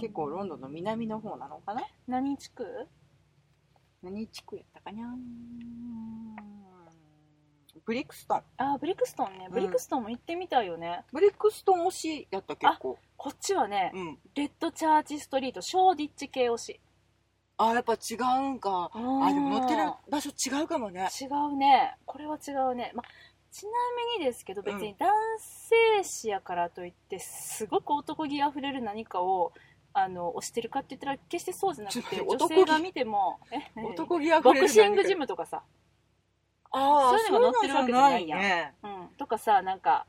[SPEAKER 2] 結構ロンドンの南の方なのかな
[SPEAKER 1] 何地区
[SPEAKER 2] 何地区やったかにゃ
[SPEAKER 1] うーん
[SPEAKER 2] ブリクストン
[SPEAKER 1] あーブリクストンね
[SPEAKER 2] うん
[SPEAKER 1] ブリクストンも行ってみたいよね、
[SPEAKER 2] ブリクストン推しやった結構
[SPEAKER 1] こっちはね、
[SPEAKER 2] うん
[SPEAKER 1] レッドチャーチストリートショーディッチ系推し
[SPEAKER 2] あやっぱ違うんか
[SPEAKER 1] あ
[SPEAKER 2] あでも乗ってる
[SPEAKER 1] ー
[SPEAKER 2] 場所違うかもね
[SPEAKER 1] 違うねこれは違うね、ま、ちなみにですけど別に男性誌やからといってすごく男気あふれる何かをあの推してるかって言ったら決してそうじゃなくて
[SPEAKER 2] ちょっ
[SPEAKER 1] 女
[SPEAKER 2] と男気
[SPEAKER 1] 性が見てもえ何
[SPEAKER 2] 男気あふ
[SPEAKER 1] ボ
[SPEAKER 2] れる
[SPEAKER 1] クシングジムとかさ、
[SPEAKER 2] あ
[SPEAKER 1] そ
[SPEAKER 2] あ
[SPEAKER 1] ういうのが載ってるわけじゃないやん
[SPEAKER 2] そうなんじゃ
[SPEAKER 1] うん、とかさなんか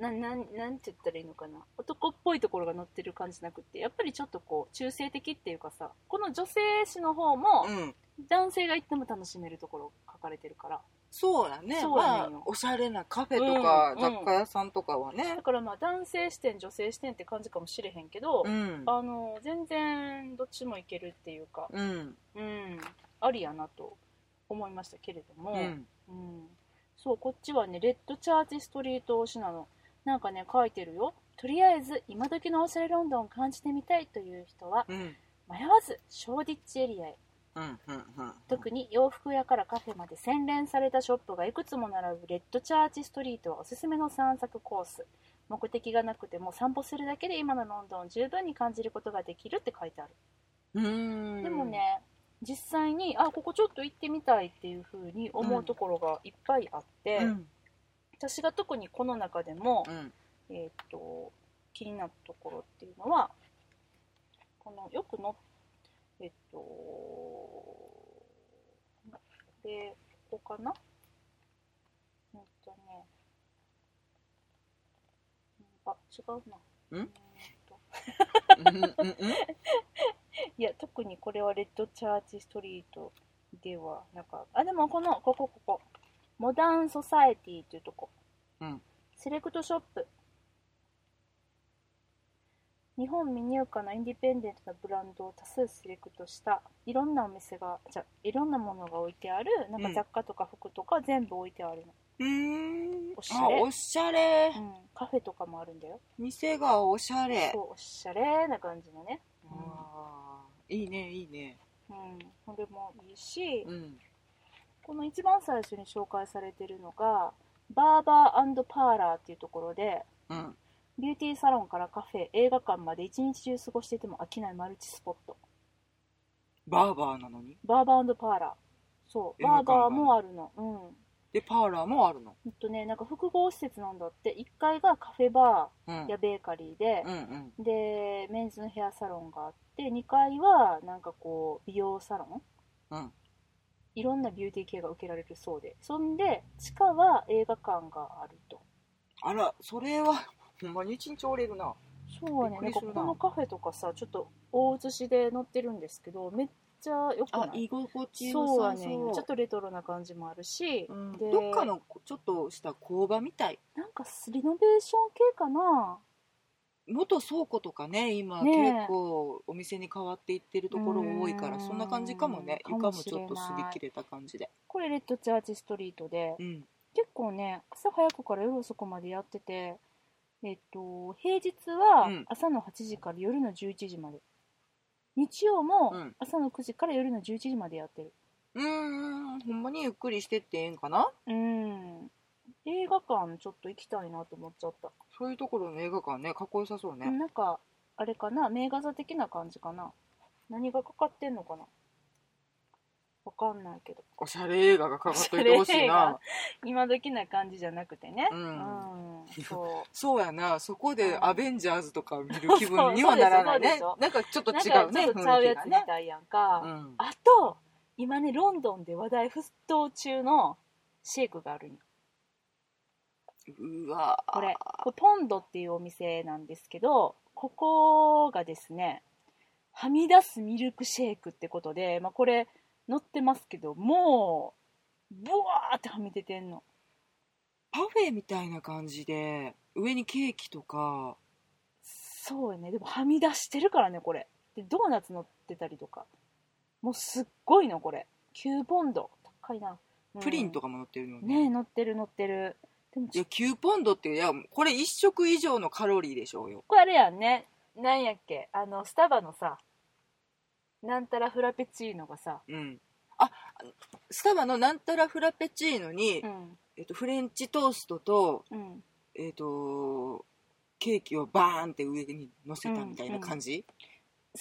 [SPEAKER 1] ななんなんて言ったらいいのかな男っぽいところが載ってる感じじゃなくてやっぱりちょっとこう中性的っていうかさこの女性誌の方も
[SPEAKER 2] ないねうん
[SPEAKER 1] 男性が行っても楽しめるところ書かれてるから
[SPEAKER 2] そうやね
[SPEAKER 1] そうなん
[SPEAKER 2] ま
[SPEAKER 1] よ
[SPEAKER 2] あおしゃれなカフェとか
[SPEAKER 1] うん
[SPEAKER 2] 雑貨屋さんとかはね
[SPEAKER 1] だからまあ男性視点女性視点って感じかもしれへんけど、
[SPEAKER 2] うん
[SPEAKER 1] あの全然どっちもいけるっていうか、
[SPEAKER 2] うん
[SPEAKER 1] うん、ありやなと思いましたけれども、
[SPEAKER 2] うん
[SPEAKER 1] うんそうこっちはねレッドチャーチストリート推しなのなんかね書いてるよとりあえず今時のおしゃれロンドンを感じてみたいという人は
[SPEAKER 2] うん
[SPEAKER 1] 迷わずショーディッチエリアへ
[SPEAKER 2] うんうんうん
[SPEAKER 1] 特に洋服屋からカフェまで洗練されたショップがいくつも並ぶレッドチャーチストリートはおすすめの散策コース目的がなくても散歩するだけで今のロンドンを十分に感じることができるって書いてある、
[SPEAKER 2] うーん
[SPEAKER 1] でもね実際にあここちょっと行ってみたいっていうふうに思うところがいっぱいあって、
[SPEAKER 2] うん
[SPEAKER 1] 私が特にこの中でも、
[SPEAKER 2] うん
[SPEAKER 1] えーっと気になったところっていうのはこのよくのえっとでここかなうんとねあ違うなうんーと
[SPEAKER 2] うんうんうん
[SPEAKER 1] いや特にこれはレッドチャーチストリートではなんかったあでもこのここここモダンソサエティというとこ
[SPEAKER 2] うん
[SPEAKER 1] セレクトショップ日本未入荷のインディペンデントなブランドを多数セレクトしたいろんなお店がじゃいろんなものが置いてあるなんか
[SPEAKER 2] うん
[SPEAKER 1] 雑貨とか服とか全部置いてあるの、
[SPEAKER 2] うーん
[SPEAKER 1] おしゃれ
[SPEAKER 2] あおしゃれ
[SPEAKER 1] うんカフェとかもあるんだよ
[SPEAKER 2] 店がおしゃれ
[SPEAKER 1] そうおしゃれな感じのね、
[SPEAKER 2] あーいいねいいね
[SPEAKER 1] うん、これもいいし、
[SPEAKER 2] うん
[SPEAKER 1] この一番最初に紹介されてるのがバーバーパーラーっていうところで
[SPEAKER 2] うん
[SPEAKER 1] ビューティーサロンからカフェ映画館まで一日中過ごしていても飽きないマルチスポット
[SPEAKER 2] バーバーなのに
[SPEAKER 1] バーバーパーラーそう
[SPEAKER 2] 映画
[SPEAKER 1] バー
[SPEAKER 2] 館が
[SPEAKER 1] バーもあるのうん
[SPEAKER 2] でパーラーもあるの
[SPEAKER 1] ほんとねなんか複合施設なんだって1階がカフェバ
[SPEAKER 2] うん
[SPEAKER 1] ーやベーカリーで
[SPEAKER 2] う、んうん
[SPEAKER 1] でメンズのヘアサロンがあって2階はなんかこう美容サロン
[SPEAKER 2] うん
[SPEAKER 1] いろんなビューティー系が受けられるそうでそんで地下は映画館があると
[SPEAKER 2] あらそれは ほんまに一日折れるな
[SPEAKER 1] そうね、な
[SPEAKER 2] び
[SPEAKER 1] ん
[SPEAKER 2] っ
[SPEAKER 1] かこ
[SPEAKER 2] くりするな
[SPEAKER 1] このカフェとかさ、ちょっと大写しで載ってるんですけど、めっちゃよくない
[SPEAKER 2] 居心地
[SPEAKER 1] そう
[SPEAKER 2] よ
[SPEAKER 1] は
[SPEAKER 2] さ
[SPEAKER 1] ねんよ、ちょ
[SPEAKER 2] そ
[SPEAKER 1] っとレトロな感じもあるし、
[SPEAKER 2] ううん
[SPEAKER 1] で
[SPEAKER 2] どっかのちょっとした工場みたい
[SPEAKER 1] なんかリノベーション系かな
[SPEAKER 2] 元倉庫とかね今
[SPEAKER 1] ねえ
[SPEAKER 2] 結構お店に変わっていってるところ多いから
[SPEAKER 1] うん
[SPEAKER 2] そんな感じかもね
[SPEAKER 1] か
[SPEAKER 2] 床
[SPEAKER 1] も
[SPEAKER 2] も
[SPEAKER 1] し
[SPEAKER 2] ち
[SPEAKER 1] れな
[SPEAKER 2] ょ
[SPEAKER 1] い
[SPEAKER 2] っと擦り切れた感じで
[SPEAKER 1] これレッドチャーチストリートで、
[SPEAKER 2] うん
[SPEAKER 1] 結構ね、朝早くから夜遅くまでやってて、えっと、平日は
[SPEAKER 2] うん
[SPEAKER 1] 朝の8時から夜の11時まで。日曜も
[SPEAKER 2] うん
[SPEAKER 1] 朝の9時から夜の11時までやってる。
[SPEAKER 2] うーんほんまにゆっくりしてってええんかな
[SPEAKER 1] うん。映画館ちょっと行きたいなと思っちゃった。
[SPEAKER 2] そういうところの映画館ねかっこよさそうね、
[SPEAKER 1] なんかあれかな名画座的な感じかな何がかかってんのかなわかんないけど
[SPEAKER 2] おしゃれ映画がかかっと いてほしいな
[SPEAKER 1] 今時な感じじゃなくてね
[SPEAKER 2] う
[SPEAKER 1] うんそ
[SPEAKER 2] そうやなそこ
[SPEAKER 1] う
[SPEAKER 2] で
[SPEAKER 1] ん
[SPEAKER 2] 「アベンジャーズ」とか見る気分にはならないね
[SPEAKER 1] そう
[SPEAKER 2] なんかちょっ
[SPEAKER 1] う
[SPEAKER 2] と
[SPEAKER 1] なん
[SPEAKER 2] 違
[SPEAKER 1] か
[SPEAKER 2] う
[SPEAKER 1] ちょ
[SPEAKER 2] ね
[SPEAKER 1] っとちゃうや
[SPEAKER 2] 雰
[SPEAKER 1] つ
[SPEAKER 2] 囲気
[SPEAKER 1] み
[SPEAKER 2] がね
[SPEAKER 1] たいやんか、
[SPEAKER 2] うん
[SPEAKER 1] あと今ねロンドンで話題沸騰中のシェイクがあるんよ
[SPEAKER 2] うわ
[SPEAKER 1] これこれポンドっていうお店なんですけどここがですねはみ出すミルクシェイクってことで、まあ、これ載ってますけどもうブワーってはみ出てんの
[SPEAKER 2] パフェみたいな感じで上にケーキとか
[SPEAKER 1] そうよねでもはみ出してるからねこれでドーナツ乗ってたりとかもうすっごいのこれ9ポンド高いな、うん
[SPEAKER 2] プリンとかも乗ってるのね,、
[SPEAKER 1] ねえ乗ってる乗ってるでも
[SPEAKER 2] い
[SPEAKER 1] ちょ
[SPEAKER 2] や
[SPEAKER 1] っ
[SPEAKER 2] 9ポンドっていやこれ1食以上のカロリーでしょうよ
[SPEAKER 1] とあれやんねなんやっけあのスタバのさなんたらフラペチーノがさ、
[SPEAKER 2] うんあスタバのなんたらフラペチーノに、
[SPEAKER 1] うん
[SPEAKER 2] えっと、フレンチトーストと
[SPEAKER 1] うん、
[SPEAKER 2] えっとケーキをバーンって上に乗せたみたいな感じ、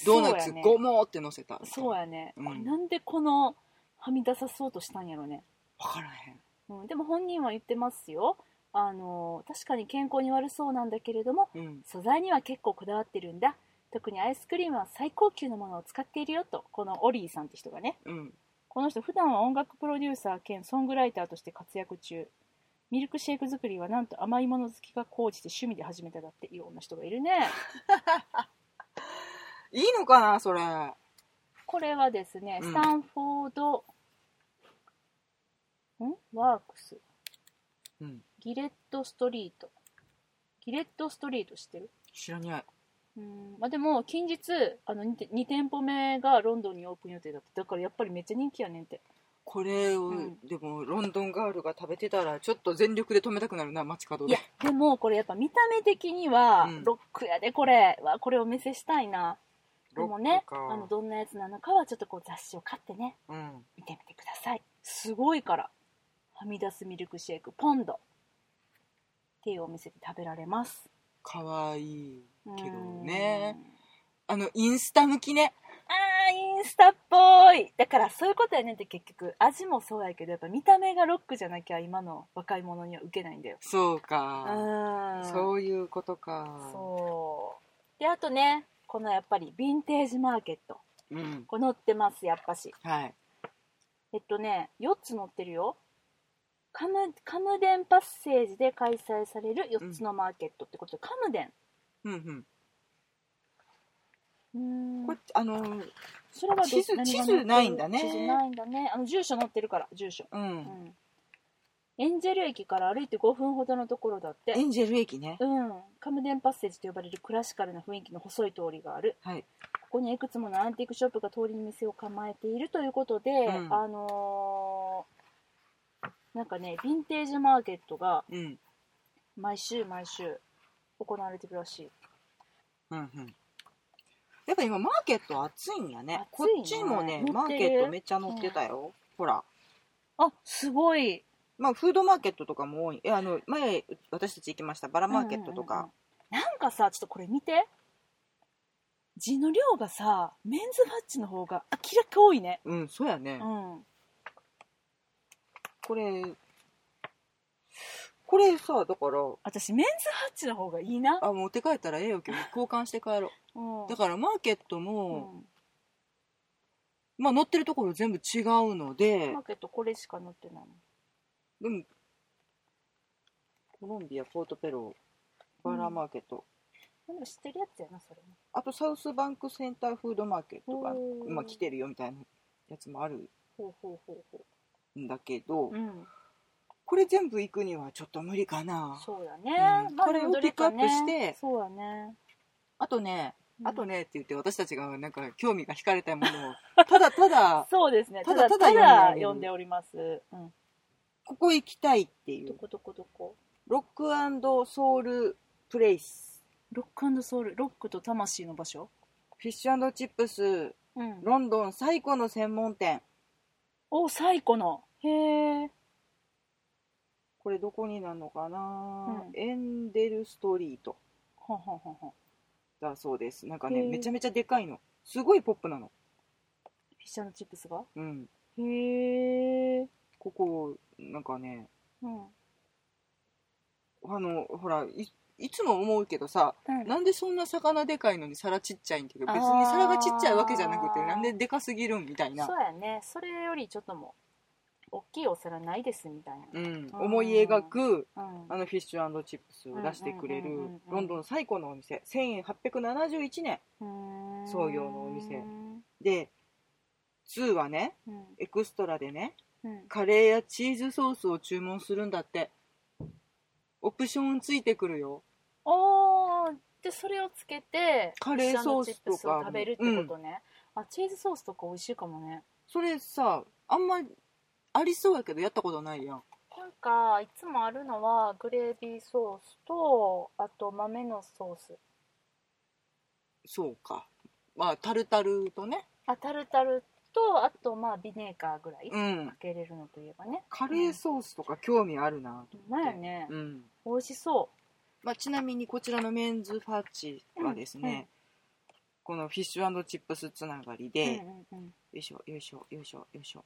[SPEAKER 2] ドーナツ
[SPEAKER 1] そうやね
[SPEAKER 2] ゴモーって乗せた
[SPEAKER 1] そうやね、
[SPEAKER 2] うん
[SPEAKER 1] これなんでこのはみ出さそうとしたんやろね、
[SPEAKER 2] 分からへん
[SPEAKER 1] うん、でも本人は言ってますよあの確かに健康に悪そうなんだけれども
[SPEAKER 2] うん、
[SPEAKER 1] 素材には結構こだわってるんだ特にアイスクリームは最高級のものを使っているよとこのオリーさんって人がね
[SPEAKER 2] うん、
[SPEAKER 1] この人普段は音楽プロデューサー兼ソングライターとして活躍中ミルクシェイク作りはなんと甘いもの好きが高じて趣味で始めただっていろんな人がいるね
[SPEAKER 2] いいのかなそれ
[SPEAKER 1] これはですね、
[SPEAKER 2] うん
[SPEAKER 1] スタンフォードんワークス
[SPEAKER 2] うん
[SPEAKER 1] ギレットストリートギレットストリート知ってる
[SPEAKER 2] 知らない
[SPEAKER 1] うんまあ、でも近日あの 2, 店舗目がロンドンにオープン予定だっただからやっぱりめっちゃ人気やねんって
[SPEAKER 2] これを、
[SPEAKER 1] うん
[SPEAKER 2] でもロンドンガールが食べてたらちょっと全力で止めたくなるな街角
[SPEAKER 1] い
[SPEAKER 2] で
[SPEAKER 1] やでもこれやっぱ見た目的には
[SPEAKER 2] うん
[SPEAKER 1] ロックやでこれ、わこれお見せしたいなで
[SPEAKER 2] ロッ
[SPEAKER 1] もね
[SPEAKER 2] クか
[SPEAKER 1] あのどんなやつなのかはちょっとこう雑誌を買ってね
[SPEAKER 2] うん
[SPEAKER 1] 見てみてくださいすごいからはみ出すミルクシェイクポンドっていうお店で食べられます
[SPEAKER 2] かわいいけど
[SPEAKER 1] う
[SPEAKER 2] ね
[SPEAKER 1] ん
[SPEAKER 2] あのインスタ向きね
[SPEAKER 1] あーインスタっぽいだからそういうことやねんって結局味もそうやけどやっぱ見た目がロックじゃなきゃ今の若い者には受けないんだよ
[SPEAKER 2] そう
[SPEAKER 1] う
[SPEAKER 2] か、
[SPEAKER 1] ーん
[SPEAKER 2] そういうことか
[SPEAKER 1] そうであとねこのやっぱりヴィンテージマーケット
[SPEAKER 2] う、ん、
[SPEAKER 1] これ載ってますやっぱし
[SPEAKER 2] はい
[SPEAKER 1] えっとね4つ載ってるよカムカムデンパッセージで開催される4つのマーケットってことで、カムデン
[SPEAKER 2] うんうん、
[SPEAKER 1] うーん
[SPEAKER 2] これあの
[SPEAKER 1] それはど
[SPEAKER 2] 地図
[SPEAKER 1] 何が載ってる
[SPEAKER 2] 地図ないんだね
[SPEAKER 1] 地図ないんだねあの住所載ってるから住所
[SPEAKER 2] うん、
[SPEAKER 1] うんエンジェル駅から歩いて5分ほどのところだって
[SPEAKER 2] エンジェル駅ね
[SPEAKER 1] うんカムデンパッセージと呼ばれるクラシカルな雰囲気の細い通りがある
[SPEAKER 2] はい
[SPEAKER 1] ここにいくつものアンティークショップが通りに店を構えているということで、
[SPEAKER 2] うん
[SPEAKER 1] あのーなんかねヴィンテージマーケットが
[SPEAKER 2] うん
[SPEAKER 1] 毎週毎週行われてるらしい
[SPEAKER 2] うんうんやっぱ今マーケット暑いんやね
[SPEAKER 1] 暑
[SPEAKER 2] こ
[SPEAKER 1] いね
[SPEAKER 2] っちもね
[SPEAKER 1] 乗
[SPEAKER 2] マ
[SPEAKER 1] っ
[SPEAKER 2] ー
[SPEAKER 1] てる
[SPEAKER 2] ケットめっちゃ乗ってたよ、ほら
[SPEAKER 1] あすごい
[SPEAKER 2] まあ、フードマーケットとかも多いえあの前私たち行きましたバラマーケットとか、
[SPEAKER 1] うんうんうんなんかさちょっとこれ見て地の量がさメンズファッチの方が明らか多いね
[SPEAKER 2] うんそうやね、
[SPEAKER 1] うん
[SPEAKER 2] これこれさだから
[SPEAKER 1] 私メンズハッチの方がいいな、
[SPEAKER 2] あ持って帰ったらええよ今日交換して帰ろ
[SPEAKER 1] うん
[SPEAKER 2] うだからマーケット
[SPEAKER 1] う
[SPEAKER 2] も、
[SPEAKER 1] ん
[SPEAKER 2] まあ乗ってるところ全部違うので
[SPEAKER 1] マーケットこれしか載ってない
[SPEAKER 2] でもコロンビアポートペローバラマーケット、
[SPEAKER 1] もんでも知ってるやつやなそれも
[SPEAKER 2] あとサウスバンクセンターフードマーケットが
[SPEAKER 1] おー
[SPEAKER 2] 今来てるよみたいなやつもある
[SPEAKER 1] ほうほうほうほ
[SPEAKER 2] んだけど、
[SPEAKER 1] ううん
[SPEAKER 2] これ全部行くにはちょっと無理かな
[SPEAKER 1] そうだね、
[SPEAKER 2] うん
[SPEAKER 1] まあ
[SPEAKER 2] これを
[SPEAKER 1] でもどかね
[SPEAKER 2] ピックアップして
[SPEAKER 1] そうだね、
[SPEAKER 2] あとね
[SPEAKER 1] うん
[SPEAKER 2] あとねって言って私たちがなんか興味が惹かれたものをただただ
[SPEAKER 1] そうですねた
[SPEAKER 2] た
[SPEAKER 1] だ
[SPEAKER 2] だ
[SPEAKER 1] ただ
[SPEAKER 2] ただ
[SPEAKER 1] 読
[SPEAKER 2] 読
[SPEAKER 1] ん
[SPEAKER 2] ん
[SPEAKER 1] で
[SPEAKER 2] で
[SPEAKER 1] おります、うん、
[SPEAKER 2] ここ行きたいってい
[SPEAKER 1] ど
[SPEAKER 2] う
[SPEAKER 1] こどこどこ
[SPEAKER 2] ロックソウルプレイス
[SPEAKER 1] ロックソウルロックと魂の場所
[SPEAKER 2] フィッシュチップス
[SPEAKER 1] うん
[SPEAKER 2] ロンドン最古の専門店
[SPEAKER 1] お最古のへえ
[SPEAKER 2] これどこになるのかな、
[SPEAKER 1] うん
[SPEAKER 2] エンデルストリート
[SPEAKER 1] はんはんはんはん
[SPEAKER 2] だそうですなんかね
[SPEAKER 1] へー
[SPEAKER 2] めちゃめちゃでかいのすごいポップなの
[SPEAKER 1] フィッシャーのチップスが
[SPEAKER 2] うん
[SPEAKER 1] へえ
[SPEAKER 2] ここなんかね
[SPEAKER 1] うんうん
[SPEAKER 2] あのほらいいつも思うけどさなんでそんな魚でかいのに皿ちっちゃいんけど別に皿がちっちゃいわけじゃなく
[SPEAKER 1] あ
[SPEAKER 2] て
[SPEAKER 1] ー
[SPEAKER 2] なんででかすぎるんみたいな
[SPEAKER 1] そうやねそれよりちょっとも大きいお皿ないですみたい
[SPEAKER 2] うん、
[SPEAKER 1] ん
[SPEAKER 2] 思い描く
[SPEAKER 1] な、うん
[SPEAKER 2] あのフィッシュチップスを出してくれ
[SPEAKER 1] うんうんうんうん
[SPEAKER 2] る
[SPEAKER 1] うん
[SPEAKER 2] ロンドン最古のお店1871年
[SPEAKER 1] うーん
[SPEAKER 2] 創業のお店
[SPEAKER 1] うん
[SPEAKER 2] で2はね
[SPEAKER 1] うん
[SPEAKER 2] エクストラでね
[SPEAKER 1] うん
[SPEAKER 2] カレーやチーズソースを注文するんだってオプションついてくるよ
[SPEAKER 1] おーでそれをつけて
[SPEAKER 2] カレーソ
[SPEAKER 1] フィ
[SPEAKER 2] ースとかも
[SPEAKER 1] ッシュチップスを食べるってことね、あチーズソースとか美味しいかもね
[SPEAKER 2] それさあんまりありそうやけどやったことないやん
[SPEAKER 1] なんかいつもあるのはグレービーソースとあと豆のソース
[SPEAKER 2] そうかまあタルタルとね
[SPEAKER 1] あタルタルとあとまあビネガーぐらいか
[SPEAKER 2] うん
[SPEAKER 1] けれるのといえばね
[SPEAKER 2] カレーソースとか興味あるな
[SPEAKER 1] うまいよね、
[SPEAKER 2] うん
[SPEAKER 1] 美味しそ
[SPEAKER 2] まあ、ちなみにこちらのメンズファッチはですね、
[SPEAKER 1] うんうん
[SPEAKER 2] このフィッシュチップスつながり
[SPEAKER 1] う、
[SPEAKER 2] で、よ
[SPEAKER 1] うんうんうん
[SPEAKER 2] いしょよいしょよいしょよいしょ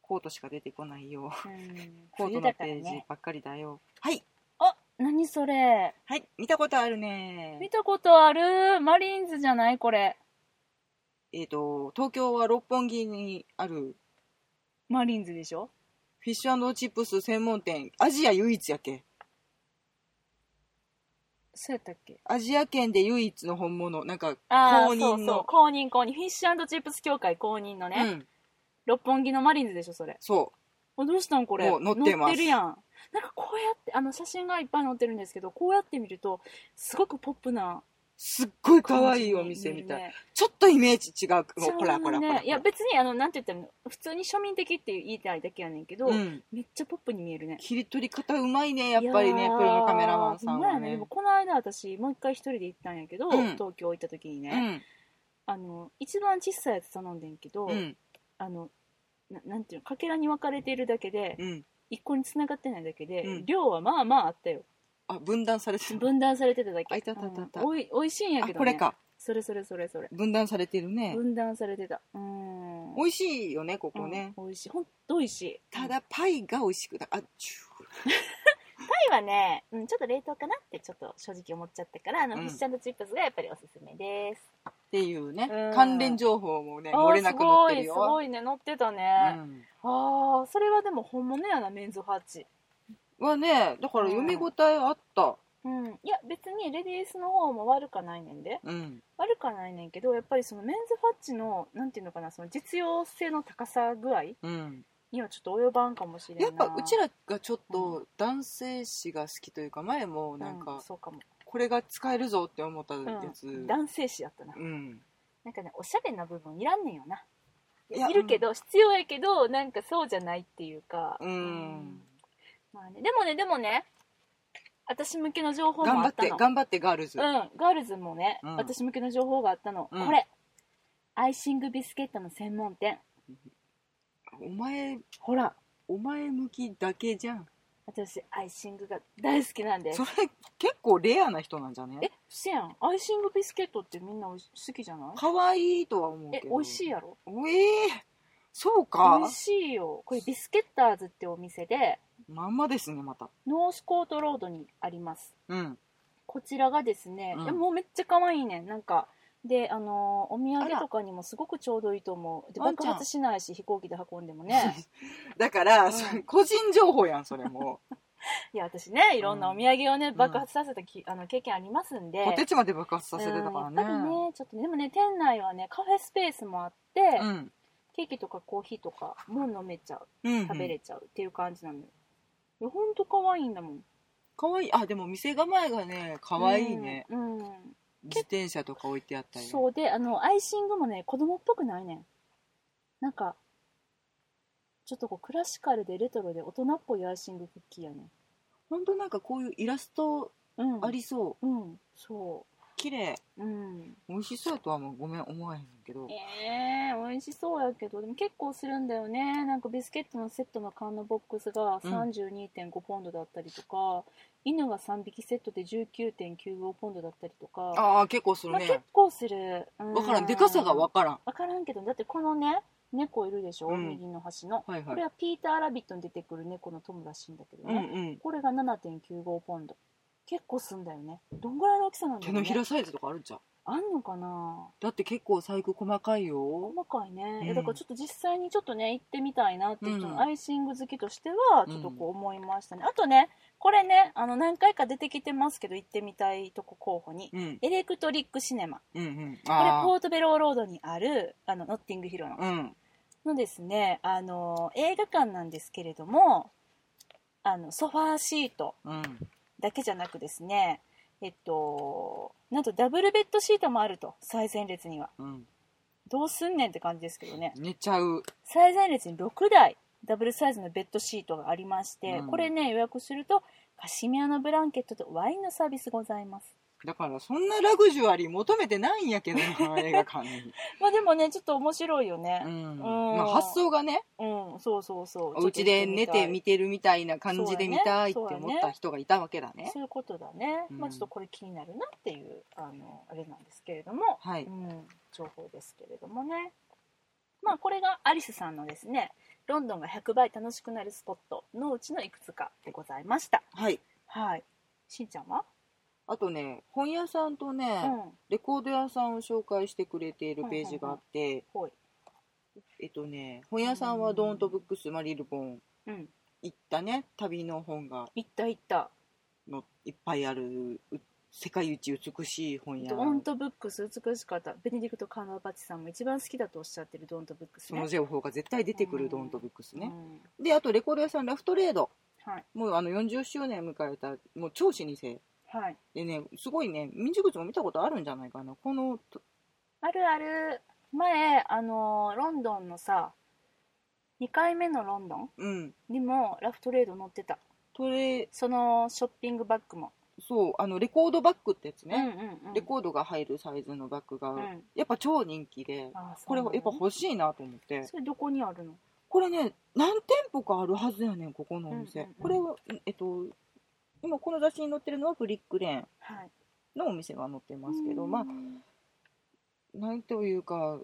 [SPEAKER 2] コートしか出てこないよ
[SPEAKER 1] うん
[SPEAKER 2] コート
[SPEAKER 1] 冬
[SPEAKER 2] の
[SPEAKER 1] だ
[SPEAKER 2] ペ
[SPEAKER 1] から
[SPEAKER 2] ージ
[SPEAKER 1] ね
[SPEAKER 2] ばっかりだよはい
[SPEAKER 1] あ何それ
[SPEAKER 2] はい見たことあるね
[SPEAKER 1] 見たことあるマリーンズじゃないこれ
[SPEAKER 2] えっ、と東京は六本木にある
[SPEAKER 1] マリーンズでしょ
[SPEAKER 2] フィッシュチップス専門店アジア唯一やけ
[SPEAKER 1] そうやったっけ
[SPEAKER 2] アジア圏で唯一の本物なんか
[SPEAKER 1] ああ
[SPEAKER 2] 公認の
[SPEAKER 1] そうそう公認公認フィッシュチップス協会公認のね、
[SPEAKER 2] うん
[SPEAKER 1] 六本木のマリーンズでしょそれ
[SPEAKER 2] そ
[SPEAKER 1] あどうしたんこれ
[SPEAKER 2] もう載ってま
[SPEAKER 1] 載
[SPEAKER 2] す
[SPEAKER 1] ってるやんなんかこうやってあの写真がいっぱい載ってるんですけどこうやって見るとすごくポップな
[SPEAKER 2] うすっごい可
[SPEAKER 1] 感
[SPEAKER 2] 愛
[SPEAKER 1] じ
[SPEAKER 2] い
[SPEAKER 1] に
[SPEAKER 2] お店みたい、
[SPEAKER 1] 見えるね
[SPEAKER 2] ちょっとイメージ違う
[SPEAKER 1] ちゃうね
[SPEAKER 2] ほらほらほら
[SPEAKER 1] いや別にあのなんて言ったらいいの普通に庶民的って言いたいだけやねんけど、
[SPEAKER 2] うん、
[SPEAKER 1] めっちゃポップに見えるね
[SPEAKER 2] 切り取り方うまいねやっぱり
[SPEAKER 1] い
[SPEAKER 2] ね
[SPEAKER 1] やー
[SPEAKER 2] プロのカメラマンさん
[SPEAKER 1] ほま
[SPEAKER 2] は
[SPEAKER 1] やね
[SPEAKER 2] ね
[SPEAKER 1] でもこの間私もう一回一人で行ったんやけど、
[SPEAKER 2] うん
[SPEAKER 1] 東京行った時に
[SPEAKER 2] う
[SPEAKER 1] ね、
[SPEAKER 2] ん
[SPEAKER 1] あの一番小さいやつ頼んでんけど、
[SPEAKER 2] うん
[SPEAKER 1] あのななんていうのかけらに分かれているだけで、
[SPEAKER 2] うん
[SPEAKER 1] 一個に繋がってないだけで、
[SPEAKER 2] うん
[SPEAKER 1] 量はまあまああったよ
[SPEAKER 2] あ分断されてる
[SPEAKER 1] 分断されてただけ
[SPEAKER 2] あいたいたいたいた
[SPEAKER 1] うんおいおいしいんや
[SPEAKER 2] あ
[SPEAKER 1] けど、ね、
[SPEAKER 2] これか
[SPEAKER 1] それそれそれそれ
[SPEAKER 2] 分断されてるね
[SPEAKER 1] 分断されてたうん
[SPEAKER 2] 美味しいよねここね、
[SPEAKER 1] うん美味しいほんと美味しい
[SPEAKER 2] た
[SPEAKER 1] うん
[SPEAKER 2] だパイが美味しくなあチュー
[SPEAKER 1] タイはね、うん、ちょっと冷凍かなってちょっと正直思っちゃったからあの、
[SPEAKER 2] うん
[SPEAKER 1] フィッシュチップスがやっぱりおすすめです
[SPEAKER 2] っていうね、
[SPEAKER 1] うん
[SPEAKER 2] 関連情報もね
[SPEAKER 1] あー
[SPEAKER 2] 漏れなく載ってるよ
[SPEAKER 1] すごいすごいね載ってたね、ああそれはでも本物やなメンズハッチ
[SPEAKER 2] うん、はねだから読み応えあった、
[SPEAKER 1] うんいや別にレディースの方も悪かないねんで
[SPEAKER 2] うん、
[SPEAKER 1] 悪かないねんけどやっぱりそのメンズファッチのなんていうのかなその実用性の高さ具合
[SPEAKER 2] うん、
[SPEAKER 1] にはちょっと及ばんかもしれんな
[SPEAKER 2] やっぱうち
[SPEAKER 1] ら
[SPEAKER 2] らがちょっと男性誌が好きというか前もなんか
[SPEAKER 1] そうかも、
[SPEAKER 2] これが使えるぞって思った
[SPEAKER 1] う
[SPEAKER 2] やつ、
[SPEAKER 1] ん、男性誌やったな、
[SPEAKER 2] うん
[SPEAKER 1] なんかねおしゃれな部分いらんねんよない
[SPEAKER 2] や
[SPEAKER 1] いるけど、必要やけどなんかそうじゃないっていうか
[SPEAKER 2] うん
[SPEAKER 1] まあね、でもねでもね私向けの情報
[SPEAKER 2] 頑
[SPEAKER 1] もあ
[SPEAKER 2] 張っ
[SPEAKER 1] った
[SPEAKER 2] て
[SPEAKER 1] の
[SPEAKER 2] 頑張ってガールズ、
[SPEAKER 1] うん、ガールズもね、
[SPEAKER 2] うん
[SPEAKER 1] 私向けの情報があったの、
[SPEAKER 2] うん
[SPEAKER 1] これアイシングビスケットの専門店
[SPEAKER 2] お前
[SPEAKER 1] ほら
[SPEAKER 2] お前向きだけじゃん
[SPEAKER 1] 私アイシングが大好きなんです
[SPEAKER 2] それ結構レアな人なんじゃね
[SPEAKER 1] えせやんアイシングビスケットってみんなおいし好きじゃない
[SPEAKER 2] 可愛いとは思うけ
[SPEAKER 1] え
[SPEAKER 2] ど
[SPEAKER 1] 美味しい
[SPEAKER 2] い
[SPEAKER 1] やろ
[SPEAKER 2] おえーそうか
[SPEAKER 1] 美味しいよこれビスケッターズってお店で
[SPEAKER 2] まんまですねまた
[SPEAKER 1] ノースコートロードにあります
[SPEAKER 2] うん
[SPEAKER 1] こちらがですね、
[SPEAKER 2] うん
[SPEAKER 1] でもうめっちゃ可愛いねんなんかであのーお
[SPEAKER 2] あ
[SPEAKER 1] 土
[SPEAKER 2] ら
[SPEAKER 1] 産とかにもすごくちょうどいいと思うで
[SPEAKER 2] ワンちゃ
[SPEAKER 1] 爆
[SPEAKER 2] ん
[SPEAKER 1] 発しないし飛行機で運んでもね
[SPEAKER 2] だから、
[SPEAKER 1] うん
[SPEAKER 2] それ個人情報やんそれもう
[SPEAKER 1] いや私ねいろんなお土産をね、
[SPEAKER 2] ん
[SPEAKER 1] 爆発させたきあの経験ありますんで
[SPEAKER 2] ポテチまで爆発させてたか
[SPEAKER 1] う
[SPEAKER 2] らね。
[SPEAKER 1] んやっぱりねちょっとねでもね店内はねカフェスペースもあって、
[SPEAKER 2] うん。
[SPEAKER 1] ケーキとかコーヒーとかも飲めちゃう
[SPEAKER 2] うん、
[SPEAKER 1] 食べれちゃうっていう感じなのよ、いやほんと可愛いんだもん
[SPEAKER 2] かわいいあでも店構えがねかわいいね、
[SPEAKER 1] うん、うん
[SPEAKER 2] 自転車とか置いてあったりね
[SPEAKER 1] そうであのアイシングもね子供っぽくないねんなんかちょっとこうクラシカルでレトロで大人っぽいアイシングクッキーやね
[SPEAKER 2] ほんとなんかこういうイラスト
[SPEAKER 1] んうん
[SPEAKER 2] ありそう、
[SPEAKER 1] うんそ
[SPEAKER 2] 綺麗
[SPEAKER 1] ううん
[SPEAKER 2] 美味しそうやとはもうごめん思わへんけど
[SPEAKER 1] えー、美味しそうやけどでも結構するんだよねなんかビスケットのセットの缶のボックスが
[SPEAKER 2] うん
[SPEAKER 1] 32.5ポンドだったりとか、犬が3匹セットで19.95ポンドだったりとか
[SPEAKER 2] ああ結構する
[SPEAKER 1] まあ、結
[SPEAKER 2] ね
[SPEAKER 1] 構する、うん
[SPEAKER 2] わからんでかさがわからん
[SPEAKER 1] わからんけどだってこのね猫いるでしょ、
[SPEAKER 2] うん
[SPEAKER 1] 右の端の、
[SPEAKER 2] はい
[SPEAKER 1] こ
[SPEAKER 2] は
[SPEAKER 1] れ
[SPEAKER 2] い
[SPEAKER 1] はピーター・ラビットに出てくる猫の友らしいんだけど
[SPEAKER 2] うん
[SPEAKER 1] ね、
[SPEAKER 2] うん
[SPEAKER 1] これが7.95ポンド結構すんだよねどんぐらいの大きさなんだろ
[SPEAKER 2] 手
[SPEAKER 1] う、
[SPEAKER 2] の
[SPEAKER 1] ね
[SPEAKER 2] ひ、らサイズとかあるんちゃう
[SPEAKER 1] ああんのかな
[SPEAKER 2] だって結構細工細かいよ
[SPEAKER 1] 細かいね、いや
[SPEAKER 2] うん
[SPEAKER 1] だからちょっと実際にちょっとね行ってみたいなっていう人
[SPEAKER 2] う
[SPEAKER 1] の
[SPEAKER 2] ん
[SPEAKER 1] アイシング好きとしてはちょっとこう思いましたね、あとねこれねあの何回か出てきてますけど行ってみたいとこ候補に、
[SPEAKER 2] うん
[SPEAKER 1] エレクトリックシネマ
[SPEAKER 2] うんうん
[SPEAKER 1] これポ
[SPEAKER 2] あ
[SPEAKER 1] ートベローロードにあるあのノッティングヒルの,、
[SPEAKER 2] あうん
[SPEAKER 1] のですねあの映画館なんですけれどもあのソファーシート
[SPEAKER 2] うん
[SPEAKER 1] だけじゃなくですねえっとなんとダブルベッドシートもあると最前列には
[SPEAKER 2] うん
[SPEAKER 1] どうすんねんって感じですけどね
[SPEAKER 2] 寝ちゃう
[SPEAKER 1] 最前列に6台ダブルサイズのベッドシートがありまして、
[SPEAKER 2] うん
[SPEAKER 1] これね予約するとカシミヤのブランケットとワインのサービスございます
[SPEAKER 2] だからそんなラグジュアリー求めてないんやけどな映画館 に、
[SPEAKER 1] まあでもねちょっと面白いよ
[SPEAKER 2] う
[SPEAKER 1] ね
[SPEAKER 2] ん
[SPEAKER 1] うん
[SPEAKER 2] まあ、発想がね
[SPEAKER 1] うん、そうそうそう
[SPEAKER 2] お家で寝て
[SPEAKER 1] み
[SPEAKER 2] 見てるみたいな感じで見たいって
[SPEAKER 1] そうやね
[SPEAKER 2] 思った人がいたわけだね
[SPEAKER 1] そういうことだね、
[SPEAKER 2] うん
[SPEAKER 1] まあちょっとこれ気になるなっていうあのあれなんですけれども、
[SPEAKER 2] は
[SPEAKER 1] う
[SPEAKER 2] い
[SPEAKER 1] ん、情報ですけれどもねまあこれがアリスさんのですねロンドンが100倍楽しくなるスポットのうちのいくつかでございました
[SPEAKER 2] はい
[SPEAKER 1] はいしんちゃんは、
[SPEAKER 2] あとね本屋さんとね、
[SPEAKER 1] うん
[SPEAKER 2] レコード屋さんを紹介してくれているページがあって、
[SPEAKER 1] ほい
[SPEAKER 2] えっとね本屋さんはドーンとブックスマリルボン
[SPEAKER 1] うん
[SPEAKER 2] 行ったね旅の本が
[SPEAKER 1] 行った行った
[SPEAKER 2] のいっぱいあるう世界一美しい本屋
[SPEAKER 1] ドントブックス美しかったベネディクト・カーナーバチさんも一番好きだとおっしゃってるドントブックス
[SPEAKER 2] そ
[SPEAKER 1] ね
[SPEAKER 2] の情報が絶対出てく
[SPEAKER 1] うん
[SPEAKER 2] るドーンとブックス
[SPEAKER 1] う
[SPEAKER 2] ね、
[SPEAKER 1] ん
[SPEAKER 2] であとレコード屋さんラフトレード
[SPEAKER 1] はい
[SPEAKER 2] もうあの40周年迎えたもう超老舗
[SPEAKER 1] はい
[SPEAKER 2] でねすごいね民宿地も見たことあるんじゃないかなこのと
[SPEAKER 1] あるある前あのーロンドンのさ2回目のロンドン
[SPEAKER 2] うん
[SPEAKER 1] にもラフトレード載ってた
[SPEAKER 2] トレ
[SPEAKER 1] そのショッピングバッグも、
[SPEAKER 2] そうあのレコードバッグってやつ
[SPEAKER 1] う
[SPEAKER 2] ね、
[SPEAKER 1] んうんうん
[SPEAKER 2] レコードが入るサイズのバッグが、
[SPEAKER 1] うん
[SPEAKER 2] やっぱ超人気で
[SPEAKER 1] あー
[SPEAKER 2] これ
[SPEAKER 1] そうなの
[SPEAKER 2] やっぱ欲しいなと思って
[SPEAKER 1] それどこにあるの
[SPEAKER 2] これね何店舗かあるはずやねんここのお店、
[SPEAKER 1] うんうんうん
[SPEAKER 2] これはえっと今この雑誌に載ってるのはブリックレーン
[SPEAKER 1] はい
[SPEAKER 2] のお店が載ってますけどまあ
[SPEAKER 1] うん
[SPEAKER 2] なんというか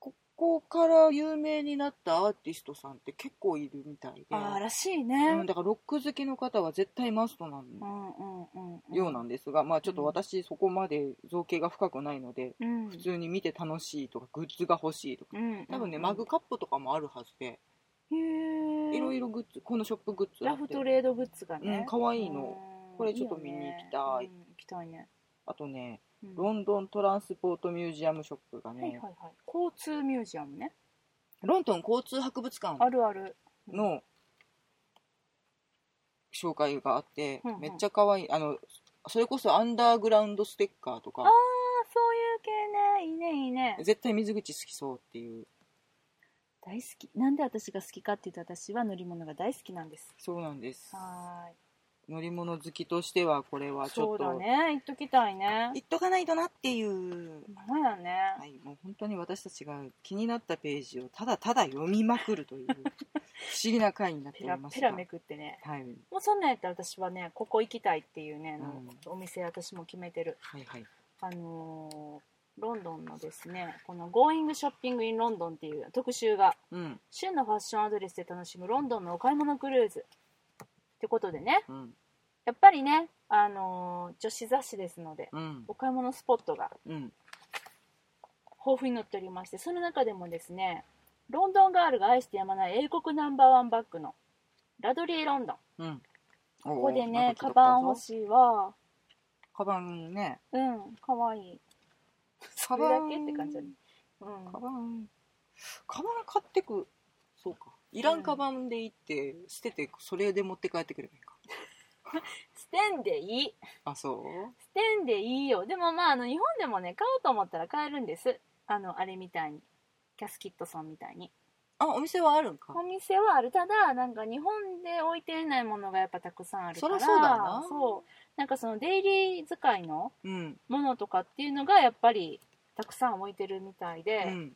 [SPEAKER 2] ここから有名になったアーティストさんって結構いるみたいで、
[SPEAKER 1] あーらしいうね
[SPEAKER 2] ん、だからロック好きの方は絶対マストな
[SPEAKER 1] うんんうんうんうん
[SPEAKER 2] ようなんですが、まあちょっと私そこまで造形が深くないので
[SPEAKER 1] うん
[SPEAKER 2] 普通に見て楽しいとかグッズが欲しいとか
[SPEAKER 1] うん
[SPEAKER 2] 多分ね
[SPEAKER 1] うん
[SPEAKER 2] マグカップとかもあるはずで
[SPEAKER 1] へー
[SPEAKER 2] いろいろグッズこのショップグッズ
[SPEAKER 1] ラ
[SPEAKER 2] あって
[SPEAKER 1] フトレードグッズがね
[SPEAKER 2] うん可愛いの
[SPEAKER 1] うん
[SPEAKER 2] これちょっと見に行きた
[SPEAKER 1] いよねうん
[SPEAKER 2] い
[SPEAKER 1] 行きたいね
[SPEAKER 2] あとね
[SPEAKER 1] うん
[SPEAKER 2] ロ
[SPEAKER 1] は
[SPEAKER 2] ンドントランスポートミュージアムショップがね、
[SPEAKER 1] いはいはい交通ミュージアムね
[SPEAKER 2] ロンドン交通博物館
[SPEAKER 1] あるある
[SPEAKER 2] の紹介があって、
[SPEAKER 1] うんうん
[SPEAKER 2] めっちゃ可愛いあのそれこそアンダーグラウンドステッカーとか
[SPEAKER 1] ああそういう系ねいいねいいね
[SPEAKER 2] 絶対水口好きそうっていう
[SPEAKER 1] 大好きなんで私が好きかっていうと私は乗り物が大好きなんです
[SPEAKER 2] そうなんです
[SPEAKER 1] はーい
[SPEAKER 2] 乗り物好きとしてはこれはちょ
[SPEAKER 1] そう
[SPEAKER 2] っと
[SPEAKER 1] だね行っときたいね
[SPEAKER 2] 言っとかないとなっていう、
[SPEAKER 1] ほんまやね、
[SPEAKER 2] はい、もう本当に私たちが気になったページをただただ読みまくると いう不思議な回になって
[SPEAKER 1] ペ
[SPEAKER 2] お
[SPEAKER 1] ラ
[SPEAKER 2] りま
[SPEAKER 1] ペ
[SPEAKER 2] す
[SPEAKER 1] ラ
[SPEAKER 2] が
[SPEAKER 1] めくってね
[SPEAKER 2] はい、
[SPEAKER 1] もうそんなんやったら私はねここ行きたいっていうね、
[SPEAKER 2] う
[SPEAKER 1] お店私も決めてる
[SPEAKER 2] はいはい
[SPEAKER 1] あのーロンドンのですねこの「Going Shopping in London」っていう特集が
[SPEAKER 2] うん
[SPEAKER 1] 旬のファッションアドレスで楽しむロンドンのお買い物クルーズってことでね
[SPEAKER 2] うん
[SPEAKER 1] やっぱりね、あのー女子雑誌ですので
[SPEAKER 2] うん
[SPEAKER 1] お買い物スポットが
[SPEAKER 2] うん
[SPEAKER 1] 豊富に載っておりましてその中でもですねロンドンガールが愛してやまない英国ナンバーワンバッグのラドリーロンドン
[SPEAKER 2] うん
[SPEAKER 1] こ
[SPEAKER 2] こ
[SPEAKER 1] こでねカバン欲しいわ
[SPEAKER 2] カバンね
[SPEAKER 1] うんかわいい
[SPEAKER 2] カ
[SPEAKER 1] それ
[SPEAKER 2] バ
[SPEAKER 1] だ
[SPEAKER 2] ン
[SPEAKER 1] けって感じだねうん
[SPEAKER 2] カバンカバン買ってくそうかいらんカバンで行って捨ててそれで持って帰ってくればいいか
[SPEAKER 1] 捨てんでいい
[SPEAKER 2] あそ
[SPEAKER 1] 捨てんでいいよでもまああの日本でもね買おうと思ったら買えるんですあのあれみたいにキャスキットソンみたいに
[SPEAKER 2] うあお店はあるんか
[SPEAKER 1] お店はあるただなんか日本で置いてないものがやっぱたくさんあるから
[SPEAKER 2] そりゃそうだよな
[SPEAKER 1] そうなんかそのデイリー使いの
[SPEAKER 2] うん
[SPEAKER 1] ものとかっていうのがやっぱりたくさん置いてるみたいで、
[SPEAKER 2] うん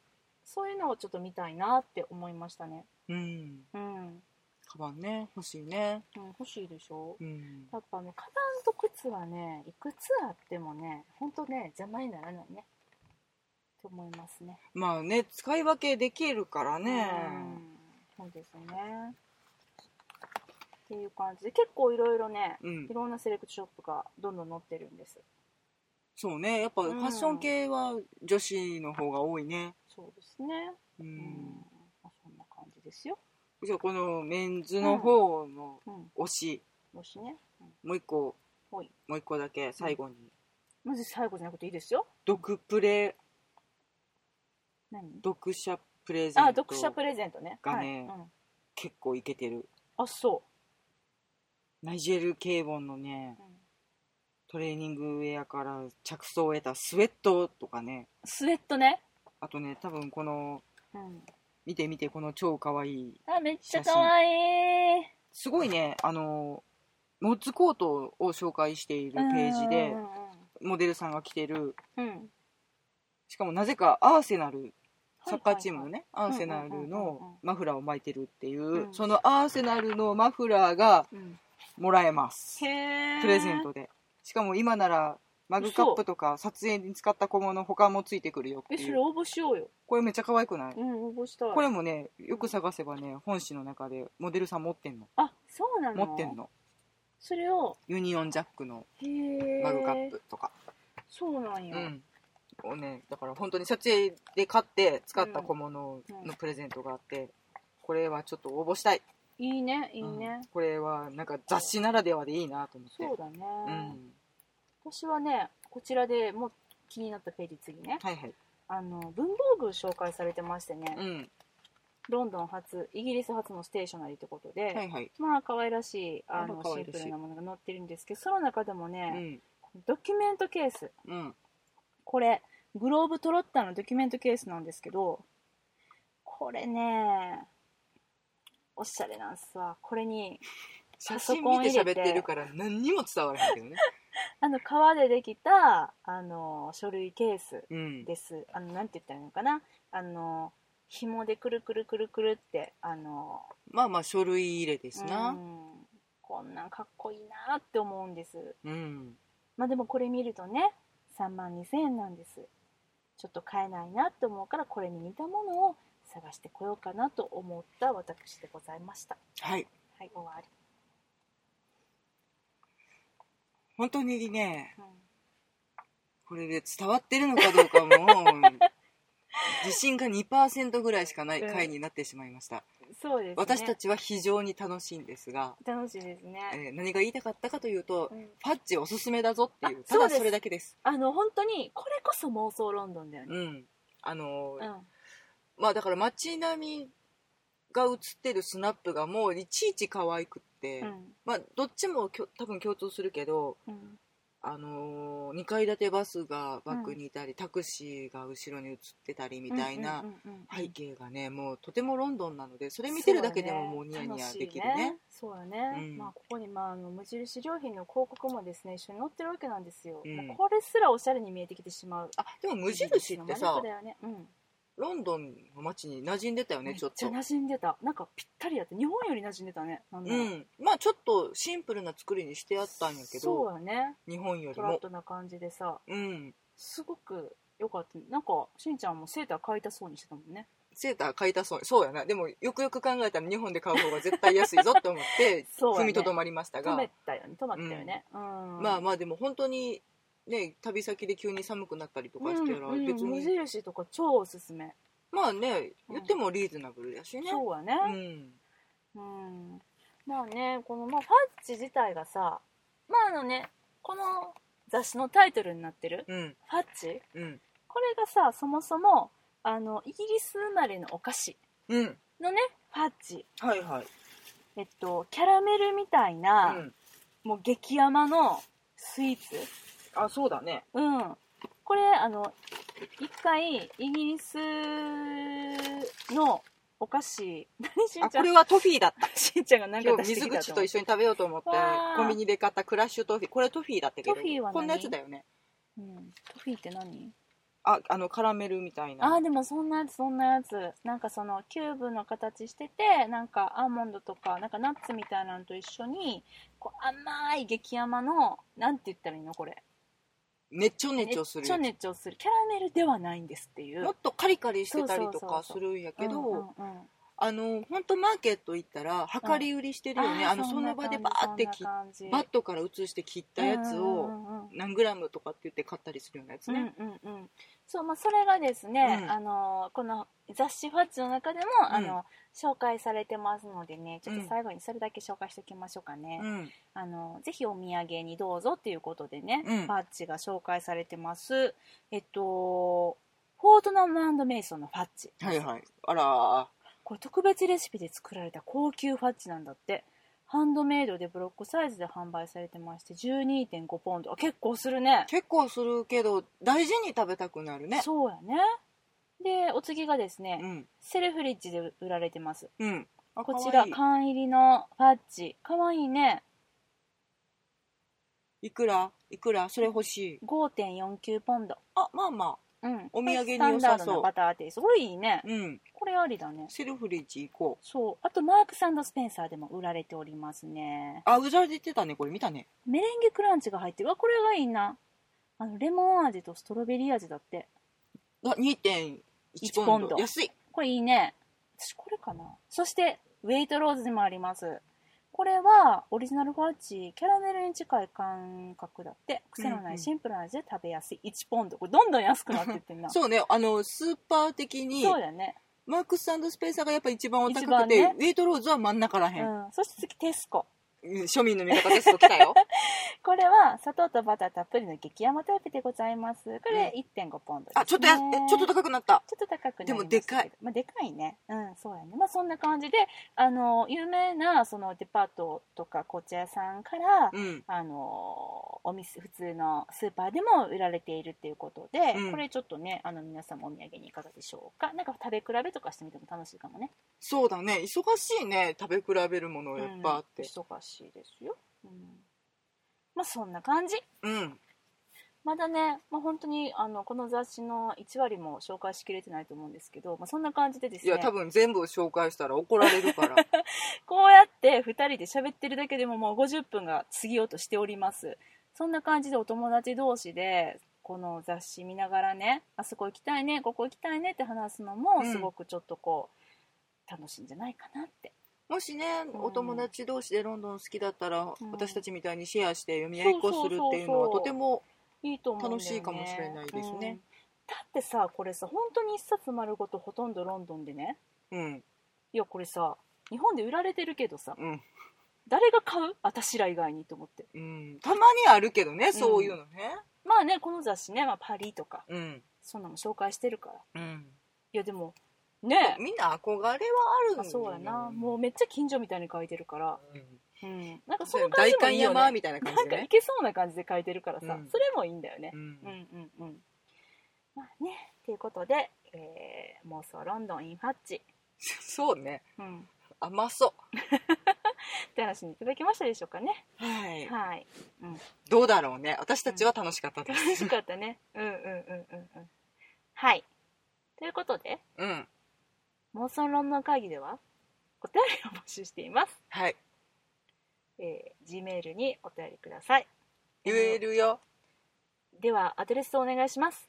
[SPEAKER 1] そういうのをちょっと見たいなって思いましたね
[SPEAKER 2] うん
[SPEAKER 1] うん、うん、
[SPEAKER 2] カバンね欲しいね
[SPEAKER 1] 欲しいでしょ
[SPEAKER 2] うん
[SPEAKER 1] やっぱねカバンと靴はねいくつあってもねほんとね邪魔にならないねと思いますね
[SPEAKER 2] まあね使い分けできるからね
[SPEAKER 1] うんそうですねっていう感じで結構いろいろね
[SPEAKER 2] うん
[SPEAKER 1] いろんなセレクトショップがどんどん載ってるんです
[SPEAKER 2] そうねやっぱフ
[SPEAKER 1] うん
[SPEAKER 2] ァッション系は女子の方が多いね
[SPEAKER 1] そうですね。
[SPEAKER 2] うん、
[SPEAKER 1] うん。まあ、そんな感じですよ。
[SPEAKER 2] じゃあこのメンズの方の
[SPEAKER 1] うん。
[SPEAKER 2] 推し、
[SPEAKER 1] もしね。
[SPEAKER 2] もう一個
[SPEAKER 1] ほい。
[SPEAKER 2] もう一個だけ最後に、
[SPEAKER 1] まず最後じゃなくていいですよ。
[SPEAKER 2] 読プレ
[SPEAKER 1] 何
[SPEAKER 2] 読者プレゼント
[SPEAKER 1] あ、読者プレゼントね。
[SPEAKER 2] がね
[SPEAKER 1] はいうん。
[SPEAKER 2] 結構いけてる
[SPEAKER 1] あ、そ
[SPEAKER 2] ナイジェル・ケイボンのね
[SPEAKER 1] う。うん
[SPEAKER 2] トレーニングウェアから着想を得たスウェットとかね
[SPEAKER 1] スウェットね。
[SPEAKER 2] あとね多分この
[SPEAKER 1] うん。
[SPEAKER 2] 見て見てこの超かわいい
[SPEAKER 1] あ、めっちゃ可愛い
[SPEAKER 2] すごいねあのモッズコートを紹介しているページで
[SPEAKER 1] うん
[SPEAKER 2] モデルさんが着てる
[SPEAKER 1] うんうん。
[SPEAKER 2] しかもなぜかアーセナル
[SPEAKER 1] い
[SPEAKER 2] サッカーチームのねア
[SPEAKER 1] い
[SPEAKER 2] ーセナルのマフラーを巻いてるっていう
[SPEAKER 1] うん
[SPEAKER 2] そのアーセナルのマフラーが
[SPEAKER 1] うん。
[SPEAKER 2] もらえます
[SPEAKER 1] へー
[SPEAKER 2] プレゼン。トでしかも今ならマグカップとか撮影に使った小物他もついてくるよって
[SPEAKER 1] え、そ
[SPEAKER 2] い
[SPEAKER 1] れ
[SPEAKER 2] う
[SPEAKER 1] 応募しようよ。
[SPEAKER 2] これめっちゃ可愛くない
[SPEAKER 1] うん、応募したい。
[SPEAKER 2] これもねよく探せばね本誌の中でモデルさん持ってんの
[SPEAKER 1] あ、そうなの
[SPEAKER 2] 持ってん。の
[SPEAKER 1] それを、
[SPEAKER 2] ユニオンジャックの
[SPEAKER 1] へー
[SPEAKER 2] マグカップとか
[SPEAKER 1] そうなんや。
[SPEAKER 2] うん、をねだから本当に撮影で買って使った小物
[SPEAKER 1] うんう
[SPEAKER 2] の
[SPEAKER 1] ん
[SPEAKER 2] プレゼントがあって、これはちょっと応募したい
[SPEAKER 1] いいね、いい
[SPEAKER 2] うん
[SPEAKER 1] ね。
[SPEAKER 2] これはなんか雑誌ならではでいいなと思って
[SPEAKER 1] そうだね。
[SPEAKER 2] うん、
[SPEAKER 1] 私はね、こちらでもう気になったページ次ね。
[SPEAKER 2] はいはい、
[SPEAKER 1] あの、文房具紹介されてましてね、
[SPEAKER 2] うん、
[SPEAKER 1] ロンドン初、イギリス初のステーショナリーってことで、
[SPEAKER 2] はいはい、
[SPEAKER 1] まあ可愛らしいあの
[SPEAKER 2] あ可
[SPEAKER 1] シ
[SPEAKER 2] 愛
[SPEAKER 1] ン
[SPEAKER 2] らしい
[SPEAKER 1] プルなものが載ってるんですけどその中でも
[SPEAKER 2] う
[SPEAKER 1] ね、
[SPEAKER 2] ん
[SPEAKER 1] ドキュメントケース
[SPEAKER 2] うん
[SPEAKER 1] これグローブトロッターのドキュメントケースなんですけどこれねおしゃれなんすわこれに
[SPEAKER 2] 写
[SPEAKER 1] パソ
[SPEAKER 2] 真
[SPEAKER 1] コン入れ
[SPEAKER 2] 見
[SPEAKER 1] て
[SPEAKER 2] て喋ってるから何にも伝わらへんけどね
[SPEAKER 1] あの革でできたあの書類ケース
[SPEAKER 2] うん
[SPEAKER 1] ですあのなんて言ったらいいのかなあの紐でくるくるくるくるってあの
[SPEAKER 2] まあまあ書類入れです
[SPEAKER 1] う
[SPEAKER 2] なん
[SPEAKER 1] こんなんかっこいいなって思うんです
[SPEAKER 2] うん、
[SPEAKER 1] まあでもこれ見るとね3万2000円なんですちょっと買えないなと思うからこれに似たものを探してこようかなと思った私でございました
[SPEAKER 2] はい
[SPEAKER 1] はい終わり、
[SPEAKER 2] 本当にね
[SPEAKER 1] うん
[SPEAKER 2] これで伝わってるのかどうか も自信が2%ぐらいしかない回になってしまいました、
[SPEAKER 1] そうですね
[SPEAKER 2] 私た
[SPEAKER 1] ち
[SPEAKER 2] ちは非常に楽しいんですが、
[SPEAKER 1] 楽しいですね、
[SPEAKER 2] えー何が言いたかったかというと、
[SPEAKER 1] うん
[SPEAKER 2] ファッチおすすめだぞっていう
[SPEAKER 1] あ
[SPEAKER 2] た
[SPEAKER 1] そう
[SPEAKER 2] だ
[SPEAKER 1] です
[SPEAKER 2] それだけです
[SPEAKER 1] あの本当にこれこそ妄想ロンドンだよね
[SPEAKER 2] うんあの
[SPEAKER 1] う
[SPEAKER 2] ー
[SPEAKER 1] ん、
[SPEAKER 2] まあだから街並みが写ってるスナップがもういちいち可愛くって、
[SPEAKER 1] うん
[SPEAKER 2] まあどっちもきょ多分共通するけど
[SPEAKER 1] うん
[SPEAKER 2] あの2階建てバスがバックにいたり、タクシーが後ろに写ってたりみたいな
[SPEAKER 1] うんうんうんうん
[SPEAKER 2] 背景がねもうとてもロンドンなのでそれ見てるだけでももうニヤニヤできるね
[SPEAKER 1] そうだね、
[SPEAKER 2] うん
[SPEAKER 1] まあ、ここに、まあ、あの無印良品の広告もですね一緒に載ってるわけなんですよ、
[SPEAKER 2] うん
[SPEAKER 1] もうこれすらおしゃれに見えてきてしまう
[SPEAKER 2] あでも無印ってさ
[SPEAKER 1] 無印の魔力だよねうん
[SPEAKER 2] ロンドンの街に馴染んでたよねちょっと
[SPEAKER 1] めっちゃ馴染んでたなんかぴったりやって日本より馴染んでたねなん
[SPEAKER 2] う
[SPEAKER 1] なら
[SPEAKER 2] んまあちょっとシンプルな作りにしてあったんやけ
[SPEAKER 1] そう
[SPEAKER 2] ど
[SPEAKER 1] やね
[SPEAKER 2] 日本より
[SPEAKER 1] トラッ
[SPEAKER 2] も
[SPEAKER 1] トな感じでさ
[SPEAKER 2] うん
[SPEAKER 1] すごくよかったなんかしんちゃんもセーター買いたそうにしてたもんね
[SPEAKER 2] セーター買いたそうそうやなでもよくよく考えたら日本で買う方が絶対安いぞって思って
[SPEAKER 1] そうやね
[SPEAKER 2] 踏みとどまりました
[SPEAKER 1] 止
[SPEAKER 2] が、
[SPEAKER 1] めたよね止まったよね、うん
[SPEAKER 2] まあまあでも本当にね旅先で急に寒くなったりとか
[SPEAKER 1] う
[SPEAKER 2] し
[SPEAKER 1] ん
[SPEAKER 2] たら
[SPEAKER 1] うん
[SPEAKER 2] 別
[SPEAKER 1] 無
[SPEAKER 2] に、
[SPEAKER 1] 印とか超おすすめ、
[SPEAKER 2] まあね言ってもリーズナブルやしね
[SPEAKER 1] そうやね
[SPEAKER 2] うん
[SPEAKER 1] うん、まあねこの、まあ、ファッチ自体がさまああのねこの雑誌のタイトルになってる
[SPEAKER 2] うん
[SPEAKER 1] ファッチ
[SPEAKER 2] うん
[SPEAKER 1] これがさそもそもあのイギリス生まれのお菓子
[SPEAKER 2] うん
[SPEAKER 1] のねファッチ
[SPEAKER 2] はいはい
[SPEAKER 1] えっとキャラメルみたいうな、
[SPEAKER 2] ん
[SPEAKER 1] もう激甘のスイーツ
[SPEAKER 2] あそうだね
[SPEAKER 1] うんこれあの一回イギリスのお菓子何し
[SPEAKER 2] あ
[SPEAKER 1] んち
[SPEAKER 2] こ
[SPEAKER 1] ゃん
[SPEAKER 2] れはトフィーだった
[SPEAKER 1] しんちゃんが何
[SPEAKER 2] 今
[SPEAKER 1] か
[SPEAKER 2] 日
[SPEAKER 1] 出して
[SPEAKER 2] 水
[SPEAKER 1] きた
[SPEAKER 2] 口
[SPEAKER 1] と
[SPEAKER 2] と
[SPEAKER 1] 思う
[SPEAKER 2] 一緒に食べようと思って
[SPEAKER 1] わー
[SPEAKER 2] コンビニで買ったクラッシュトフィーこれトフィーだったけど
[SPEAKER 1] トフィーは何
[SPEAKER 2] こんなやつだよね
[SPEAKER 1] うん、トフィーって何
[SPEAKER 2] ああのカラメルみたい
[SPEAKER 1] あ
[SPEAKER 2] な
[SPEAKER 1] ーでもそんなやつそんなやつなんかそのキューブの形しててなんかアーモンドとかなんかナッツみたいなのと一緒にこう甘い激甘のなんて言ったらいいのこれ
[SPEAKER 2] ねちょねちょする
[SPEAKER 1] ねっちょねっちょ
[SPEAKER 2] やつ
[SPEAKER 1] するキャラメルではないんですっていう
[SPEAKER 2] もっとカリカリしてたりと
[SPEAKER 1] そうそう
[SPEAKER 2] か
[SPEAKER 1] そ
[SPEAKER 2] す
[SPEAKER 1] うそう
[SPEAKER 2] るんやけ
[SPEAKER 1] うんうん
[SPEAKER 2] ど
[SPEAKER 1] うん
[SPEAKER 2] あの本当マーケット行ったら量り売りしてるよね、
[SPEAKER 1] ー
[SPEAKER 2] あのその場でバーって切っバットから移して切ったやつ
[SPEAKER 1] うん
[SPEAKER 2] を
[SPEAKER 1] うんうんうん
[SPEAKER 2] 何グラムとかって言って買ったりするようなやつね、
[SPEAKER 1] うんうんうんそうまあ、それがですね、
[SPEAKER 2] うん
[SPEAKER 1] あのこの雑誌「ファッチ」の中でも、
[SPEAKER 2] うん
[SPEAKER 1] あの紹介されてますのでねちょっ
[SPEAKER 2] う
[SPEAKER 1] と
[SPEAKER 2] ん
[SPEAKER 1] 最後にそれだけ紹介しておきましょうかね、
[SPEAKER 2] うん
[SPEAKER 1] あのぜひお土産にどうぞということでね、
[SPEAKER 2] うん
[SPEAKER 1] ファッチが紹介されてますえっとフォートナムメイソンのファッチ、
[SPEAKER 2] はいはいあら
[SPEAKER 1] これ特別レシピで作られた高級ファッチなんだってハンドメイドでブロックサイズで販売されてまして12.5ポンドあ結構するね
[SPEAKER 2] 結構するけど大事に食べたくなるね
[SPEAKER 1] そうやねでお次がですね、
[SPEAKER 2] ん
[SPEAKER 1] セルフリッジで売られてます
[SPEAKER 2] うんあ
[SPEAKER 1] こち
[SPEAKER 2] からわいい
[SPEAKER 1] 缶入りのファッチかわいいね
[SPEAKER 2] いくらいくらそれ欲しい
[SPEAKER 1] 5.49ポンド
[SPEAKER 2] あまあま
[SPEAKER 1] うん
[SPEAKER 2] お土産に良
[SPEAKER 1] こ
[SPEAKER 2] さそう
[SPEAKER 1] れスタンダードなバターテイストこれいいね
[SPEAKER 2] あうん
[SPEAKER 1] これありだね
[SPEAKER 2] セルフレジ行こう
[SPEAKER 1] そうあとマークサンドスペンサーでも売られておりますね
[SPEAKER 2] あうざ出てたねこれ見たね
[SPEAKER 1] メレンゲクランチが入ってるわこれがいいなあのレモン味とストロベリー味だって
[SPEAKER 2] あ2.1
[SPEAKER 1] 1
[SPEAKER 2] ポンド
[SPEAKER 1] ポンド
[SPEAKER 2] 安い
[SPEAKER 1] これいいね私これかなそしてウェイトローズでもありますこれはオリジナルファッチキャラメルに近い感覚だって癖の
[SPEAKER 2] うんう
[SPEAKER 1] なんいシンプルな味で食べやすい1ポンドこれどんどん安くなってってんな
[SPEAKER 2] そうねあのスーパー的に
[SPEAKER 1] そうだね、
[SPEAKER 2] マークススペンサーがやっぱ一番お高
[SPEAKER 1] 一
[SPEAKER 2] く
[SPEAKER 1] 番
[SPEAKER 2] て、
[SPEAKER 1] ね
[SPEAKER 2] ウェイトローズは真ん中ら
[SPEAKER 1] う
[SPEAKER 2] へん、
[SPEAKER 1] ん、そして次テスコ
[SPEAKER 2] 庶民の味方テスト来 たよ
[SPEAKER 1] これは砂糖とバターたっぷりの激甘タイプでございますこれ1.5ポンドです、ね
[SPEAKER 2] あちょっとやえちょっと
[SPEAKER 1] ちょ
[SPEAKER 2] 高くなった
[SPEAKER 1] っと高くなりましたけど
[SPEAKER 2] でもでかい、
[SPEAKER 1] まあ、でかいねうんそうやねまあそんな感じであの有名なそのデパートとか紅茶屋さんから、
[SPEAKER 2] うん
[SPEAKER 1] あのお店普通のスーパーでも売られているっていうことで、
[SPEAKER 2] うん
[SPEAKER 1] これちょっとねあの皆さんもお土産にいかがでしょうかなんか食べ比べとかしてみても楽しいかもね
[SPEAKER 2] そうだね忙しいね食べ比べるものやっぱあって
[SPEAKER 1] うん忙しいですよ、うん、まあそんな感じ
[SPEAKER 2] うん、
[SPEAKER 1] まだね、まあ、本当にあのこの雑誌の1割も紹介しきれてないと思うんですけど、まあ、そんな感じでです
[SPEAKER 2] いや
[SPEAKER 1] ね
[SPEAKER 2] 多分全部紹介したら怒られるから
[SPEAKER 1] こうやって2人で喋ってるだけでももう50分が過ぎようとしておりますそんな感じでお友達同士でこの雑誌見ながらねあそこ行きたいねここ行きたいねって話すの
[SPEAKER 2] う
[SPEAKER 1] も
[SPEAKER 2] ん
[SPEAKER 1] すごくちょっとこう楽しいんじゃないかなって、
[SPEAKER 2] もしね、
[SPEAKER 1] うん
[SPEAKER 2] お友達同士でロンドン好きだったら、
[SPEAKER 1] うん
[SPEAKER 2] 私たちみたいにシェアして読み合いっこするっていうのは
[SPEAKER 1] そうそうそうそう
[SPEAKER 2] とても
[SPEAKER 1] いいと思うんだよね
[SPEAKER 2] 楽しいかもしれないですね
[SPEAKER 1] うんだってさこれさ本当に一冊丸ごとほとんどロンドンでね
[SPEAKER 2] うん
[SPEAKER 1] いやこれさ日本で売られてるけどさ
[SPEAKER 2] うん、
[SPEAKER 1] 誰が買う私ら以外にと思って
[SPEAKER 2] うん、たまにあるけどねそういうのね
[SPEAKER 1] まあねこの雑誌ね、まあ、パリとか
[SPEAKER 2] うん、
[SPEAKER 1] そんなのも紹介してるから
[SPEAKER 2] うん、
[SPEAKER 1] いやでもね
[SPEAKER 2] みんな憧れはあるん
[SPEAKER 1] あ
[SPEAKER 2] よ
[SPEAKER 1] そうやなもうめっちゃ近所みたいに書いてるから、
[SPEAKER 2] うん
[SPEAKER 1] うん、なんかそ
[SPEAKER 2] そう
[SPEAKER 1] の
[SPEAKER 2] やね
[SPEAKER 1] 感じ
[SPEAKER 2] 代
[SPEAKER 1] も
[SPEAKER 2] 官
[SPEAKER 1] いいよ、
[SPEAKER 2] 山
[SPEAKER 1] ね、
[SPEAKER 2] みたいな感
[SPEAKER 1] なん
[SPEAKER 2] じ
[SPEAKER 1] か
[SPEAKER 2] で
[SPEAKER 1] い
[SPEAKER 2] ね
[SPEAKER 1] けそうな感じで書いてるからさ、
[SPEAKER 2] うん
[SPEAKER 1] それもいいんだよね
[SPEAKER 2] う、ん
[SPEAKER 1] うん、うんうんまあねということで、えー妄想ロンドンインファッチ、
[SPEAKER 2] そうね
[SPEAKER 1] うん、っ
[SPEAKER 2] 甘そ
[SPEAKER 1] て話にいただきましたでしょうかね
[SPEAKER 2] うはい
[SPEAKER 1] はい
[SPEAKER 2] どうだろうね私たちは楽しかったで
[SPEAKER 1] 楽し
[SPEAKER 2] す
[SPEAKER 1] かったねうんうんうんうんうんはいということで
[SPEAKER 2] うん
[SPEAKER 1] 妄想ロンドン会議ではお便りを募集しています、
[SPEAKER 2] はい
[SPEAKER 1] えー、G メールにお便りください
[SPEAKER 2] 言えるよ
[SPEAKER 1] ではアドレスをお願いします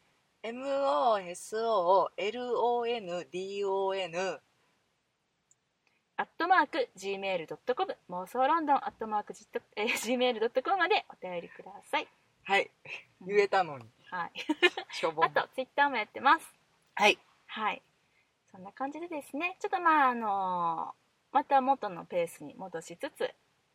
[SPEAKER 2] MOSOLONDON
[SPEAKER 1] アットマーク gmail.com 妄想ロンドンアットマーク gmail.com までお便りください、
[SPEAKER 2] はい言えたのに
[SPEAKER 1] はい、
[SPEAKER 2] しょぼ
[SPEAKER 1] あ
[SPEAKER 2] ん
[SPEAKER 1] とツイッターもやってます
[SPEAKER 2] はい
[SPEAKER 1] はいそんな感じでですねちょっとまああのーまた元のペースに戻しつつ、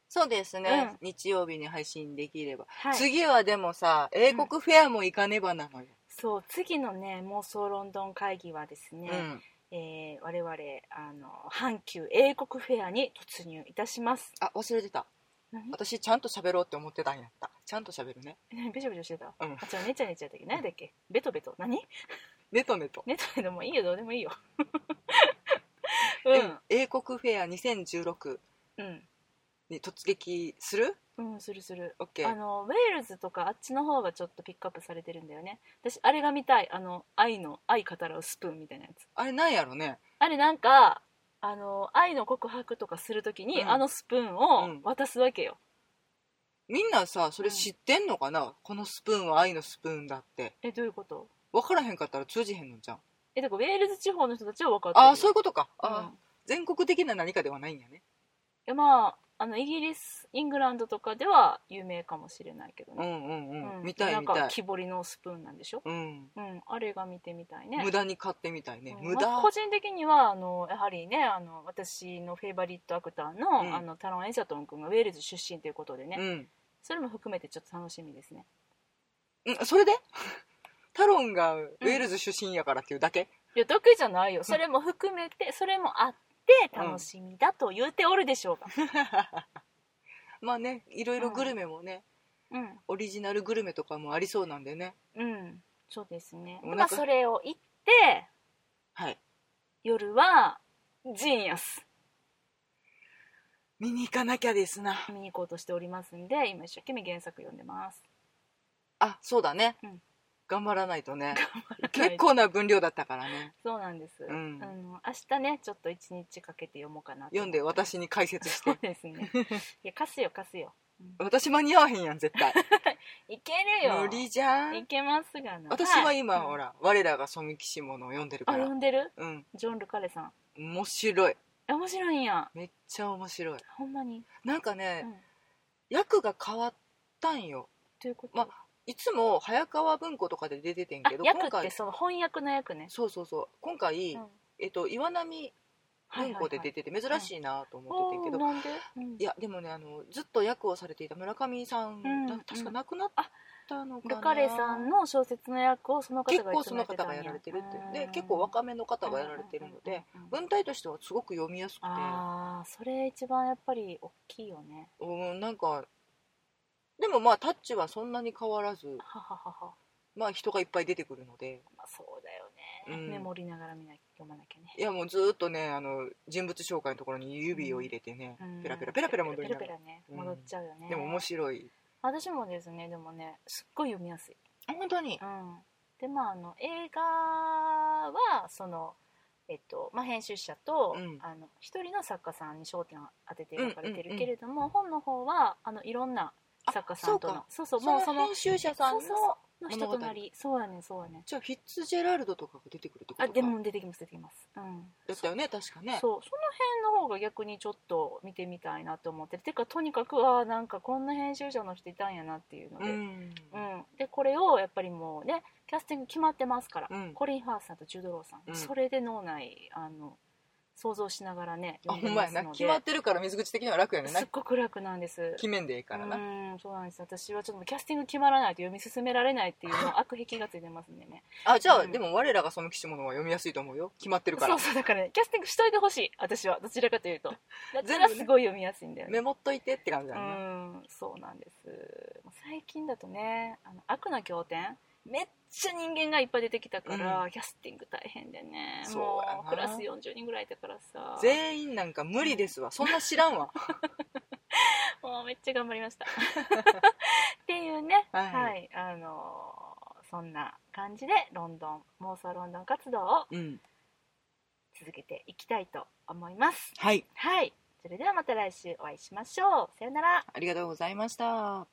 [SPEAKER 2] そうですね
[SPEAKER 1] うん
[SPEAKER 2] 日曜日に配信できれば
[SPEAKER 1] はい、
[SPEAKER 2] 次はでもさ英国フェアも行かねばなのよ
[SPEAKER 1] そう次のね妄想ロンドン会議はです
[SPEAKER 2] う
[SPEAKER 1] ね、
[SPEAKER 2] ん
[SPEAKER 1] えー我々あの阪急英国フェアに突入いたします
[SPEAKER 2] あ忘れてた
[SPEAKER 1] 何
[SPEAKER 2] 私ちゃんと喋ろうって思ってたんやったちゃんと喋るね
[SPEAKER 1] 何ベチョベチョしてた、
[SPEAKER 2] うん
[SPEAKER 1] あちょねちゃねちゃだっけ何だっけベトベト何
[SPEAKER 2] ネトネト
[SPEAKER 1] ネットでもいいよどうでもいい よ
[SPEAKER 2] え英国フェア2016
[SPEAKER 1] うん
[SPEAKER 2] に突撃する
[SPEAKER 1] うん、うん、するする
[SPEAKER 2] ?OK
[SPEAKER 1] あのウェールズとかあっちの方がちょっとピックアップされてるんだよね私あれが見たいあの愛の愛語らうスプーンみたいなやつ
[SPEAKER 2] あれなんやろね
[SPEAKER 1] あれなんかあの愛の告白とかするときに、
[SPEAKER 2] うん
[SPEAKER 1] あのスプーン
[SPEAKER 2] う
[SPEAKER 1] を
[SPEAKER 2] ん
[SPEAKER 1] 渡すわけよ、
[SPEAKER 2] みんなさそれ知ってんのかな、このスプーンは愛のスプーンだって
[SPEAKER 1] えどういうこと
[SPEAKER 2] 分からへんかったら通じへんのじゃん
[SPEAKER 1] えだからウェールズ地方の人たちは分かってる
[SPEAKER 2] ああそういうことか、あ
[SPEAKER 1] うん
[SPEAKER 2] ー全国的な何かではないんやね
[SPEAKER 1] やまああのイギリスイングランドとかでは有名かもしれないけど
[SPEAKER 2] う
[SPEAKER 1] ね、
[SPEAKER 2] んうんうん、
[SPEAKER 1] うん
[SPEAKER 2] 見た
[SPEAKER 1] ないん
[SPEAKER 2] 見
[SPEAKER 1] か
[SPEAKER 2] たい、
[SPEAKER 1] 木彫りのスプーンなんでしょ、
[SPEAKER 2] うん、
[SPEAKER 1] うん、あれが見てみたいね
[SPEAKER 2] 無駄に買ってみたいね、
[SPEAKER 1] うん
[SPEAKER 2] 無
[SPEAKER 1] まあ
[SPEAKER 2] 駄
[SPEAKER 1] 個人的にはあのやはりねあの私のフェイバリットアクターの,、
[SPEAKER 2] うん
[SPEAKER 1] あのタロン・エンシャトン君がウェールズ出身ということでね、
[SPEAKER 2] うん、
[SPEAKER 1] それも含めてちょっと楽しみですね
[SPEAKER 2] うん、それで タロンがウェールズ出身やからっていうだけ、
[SPEAKER 1] いや得意じゃないよそれも含めてそれもあって楽しみだと言うておるでしょうが、
[SPEAKER 2] まあねいろいろグルメもね、
[SPEAKER 1] うん
[SPEAKER 2] オリジナルグルメとかもありそうなんでね
[SPEAKER 1] うん、そうですね。
[SPEAKER 2] お腹
[SPEAKER 1] まあ、それを行って、
[SPEAKER 2] はい
[SPEAKER 1] 夜は、ジーニアス
[SPEAKER 2] 見に行かなきゃですな
[SPEAKER 1] 見に行こうとしておりますんで、今一生懸命原作読んでます。
[SPEAKER 2] あそうだね、
[SPEAKER 1] うん
[SPEAKER 2] 頑張らないとね結構な分量だったからね
[SPEAKER 1] そうなんです。
[SPEAKER 2] うん
[SPEAKER 1] あの明日ね、ちょっと一日かけて読もうかなと
[SPEAKER 2] 読んで私に解説し
[SPEAKER 1] そ
[SPEAKER 2] て
[SPEAKER 1] うです ね。いや、貸すよ、貸すよ。
[SPEAKER 2] 私間に合わへんやん絶対
[SPEAKER 1] いけるよ。
[SPEAKER 2] 無理じゃ
[SPEAKER 1] い
[SPEAKER 2] ん
[SPEAKER 1] けますがな。
[SPEAKER 2] 私は今、
[SPEAKER 1] い
[SPEAKER 2] ほ。ら我らがソミキシモノを読んでる
[SPEAKER 1] うん
[SPEAKER 2] か
[SPEAKER 1] あ、
[SPEAKER 2] ら
[SPEAKER 1] 読んでる
[SPEAKER 2] うん
[SPEAKER 1] ジョン・ルカレさん。
[SPEAKER 2] 面白い
[SPEAKER 1] え面白いんや。
[SPEAKER 2] めっちゃ面白い
[SPEAKER 1] ほんまに。
[SPEAKER 2] なんか
[SPEAKER 1] う
[SPEAKER 2] ね、
[SPEAKER 1] ん。
[SPEAKER 2] 役が変わったんよ
[SPEAKER 1] ということ
[SPEAKER 2] まいつも早川文庫とかで出ててん
[SPEAKER 1] あ
[SPEAKER 2] けど
[SPEAKER 1] 役っ
[SPEAKER 2] 回
[SPEAKER 1] てその翻訳の役ね。
[SPEAKER 2] そうそうそう今回、
[SPEAKER 1] うん
[SPEAKER 2] えっと、岩波文庫で出てて珍しいなと思っててんけど、
[SPEAKER 1] おーなんで、うん
[SPEAKER 2] いやでもねあのずっと役をされていた村上さん、
[SPEAKER 1] うん
[SPEAKER 2] な確か亡くなったのかな
[SPEAKER 1] ルカレさんの小説の役をその方がい
[SPEAKER 2] 結
[SPEAKER 1] つも
[SPEAKER 2] 構その方がやられてるってで結構若めの方
[SPEAKER 1] さ
[SPEAKER 2] がやられてるので
[SPEAKER 1] あ
[SPEAKER 2] 文体としてはすごく読みやすくて
[SPEAKER 1] あーそれ一番やっぱり大きいよね
[SPEAKER 2] うんなんかでもまあタッチはそんなに変わらず、
[SPEAKER 1] はははは、
[SPEAKER 2] まあ、人がいっぱい出てくるので
[SPEAKER 1] まあ、そうだよ
[SPEAKER 2] う
[SPEAKER 1] ね、
[SPEAKER 2] ん
[SPEAKER 1] メモりながら見な読まなきゃね
[SPEAKER 2] いやもうずーっとねあの人物紹介のところに指を入れてね、
[SPEAKER 1] うん
[SPEAKER 2] ペラペラペラペラ戻りなが
[SPEAKER 1] ペラ
[SPEAKER 2] ら
[SPEAKER 1] ペラね
[SPEAKER 2] うん
[SPEAKER 1] 戻っちゃうよね、
[SPEAKER 2] でも面白い
[SPEAKER 1] 私もですねでもねすっごい読みやすい、
[SPEAKER 2] あ本当に
[SPEAKER 1] うん、でまああの映画はそのえっとまあ、編集者と
[SPEAKER 2] うん
[SPEAKER 1] あの一人の作家さんに焦点を当てて
[SPEAKER 2] うん
[SPEAKER 1] 描かれてるけれども、本の方はあのいろんな
[SPEAKER 2] あ
[SPEAKER 1] 作家さんとのそうそう
[SPEAKER 2] そ
[SPEAKER 1] もう
[SPEAKER 2] うか
[SPEAKER 1] そ
[SPEAKER 2] そ
[SPEAKER 1] の
[SPEAKER 2] の編集者さんの
[SPEAKER 1] そうそうの
[SPEAKER 2] 物
[SPEAKER 1] 人
[SPEAKER 2] 語
[SPEAKER 1] となりそうやねんそうやねん
[SPEAKER 2] じゃあフィッツジェラルドとかが出てくるってこと
[SPEAKER 1] あ
[SPEAKER 2] か
[SPEAKER 1] でも出てきます出てきますうん
[SPEAKER 2] だったよね確かね
[SPEAKER 1] そうその辺の方が逆にちょっと見てみたいなと思っててかとにかくあーなんかこんな編集者の人いたんやなっていうので、うん
[SPEAKER 2] ん
[SPEAKER 1] でこれをやっぱりもうねキャスティング決まってますから、
[SPEAKER 2] うん
[SPEAKER 1] コリン・ファースさんとジュドローさん、
[SPEAKER 2] うん
[SPEAKER 1] それで脳内あの想像しながらね
[SPEAKER 2] あほんまやな決まってるから水口的には楽やねんな
[SPEAKER 1] すっごく楽なんです
[SPEAKER 2] 決めんでええからな、
[SPEAKER 1] うんそうなんです私はちょっとキャスティング決まらないと読み進められないって いうの悪癖がついてますんでね
[SPEAKER 2] あじゃあ、
[SPEAKER 1] うん
[SPEAKER 2] でも我らがその岸物は読みやすいと思うよ決まってるか
[SPEAKER 1] そ
[SPEAKER 2] ら
[SPEAKER 1] うそうだからねキャスティングしといてほしい私はどちらかというと だった
[SPEAKER 2] 全
[SPEAKER 1] ら
[SPEAKER 2] 部ね
[SPEAKER 1] すごい読みやすいんだよね
[SPEAKER 2] メモっといてって感じ
[SPEAKER 1] う
[SPEAKER 2] だね、
[SPEAKER 1] んそうなんです最近だとねあの悪な経典めっちゃ人間がいっぱい出てきたから、キャスティング大変でね
[SPEAKER 2] そう
[SPEAKER 1] も
[SPEAKER 2] やな
[SPEAKER 1] うクラス40人ぐらいだからさ
[SPEAKER 2] 全員なんか無理ですわそんな知らんわ
[SPEAKER 1] もうめっちゃ頑張り ましたっていうね
[SPEAKER 2] は
[SPEAKER 1] はいい、あのーそんな感じでロンドン妄想ロンドン活動を
[SPEAKER 2] うん
[SPEAKER 1] 続けていきたいと思います
[SPEAKER 2] はい
[SPEAKER 1] はいそれではまた来週お会いしましょうさよなら
[SPEAKER 2] ありがとうございました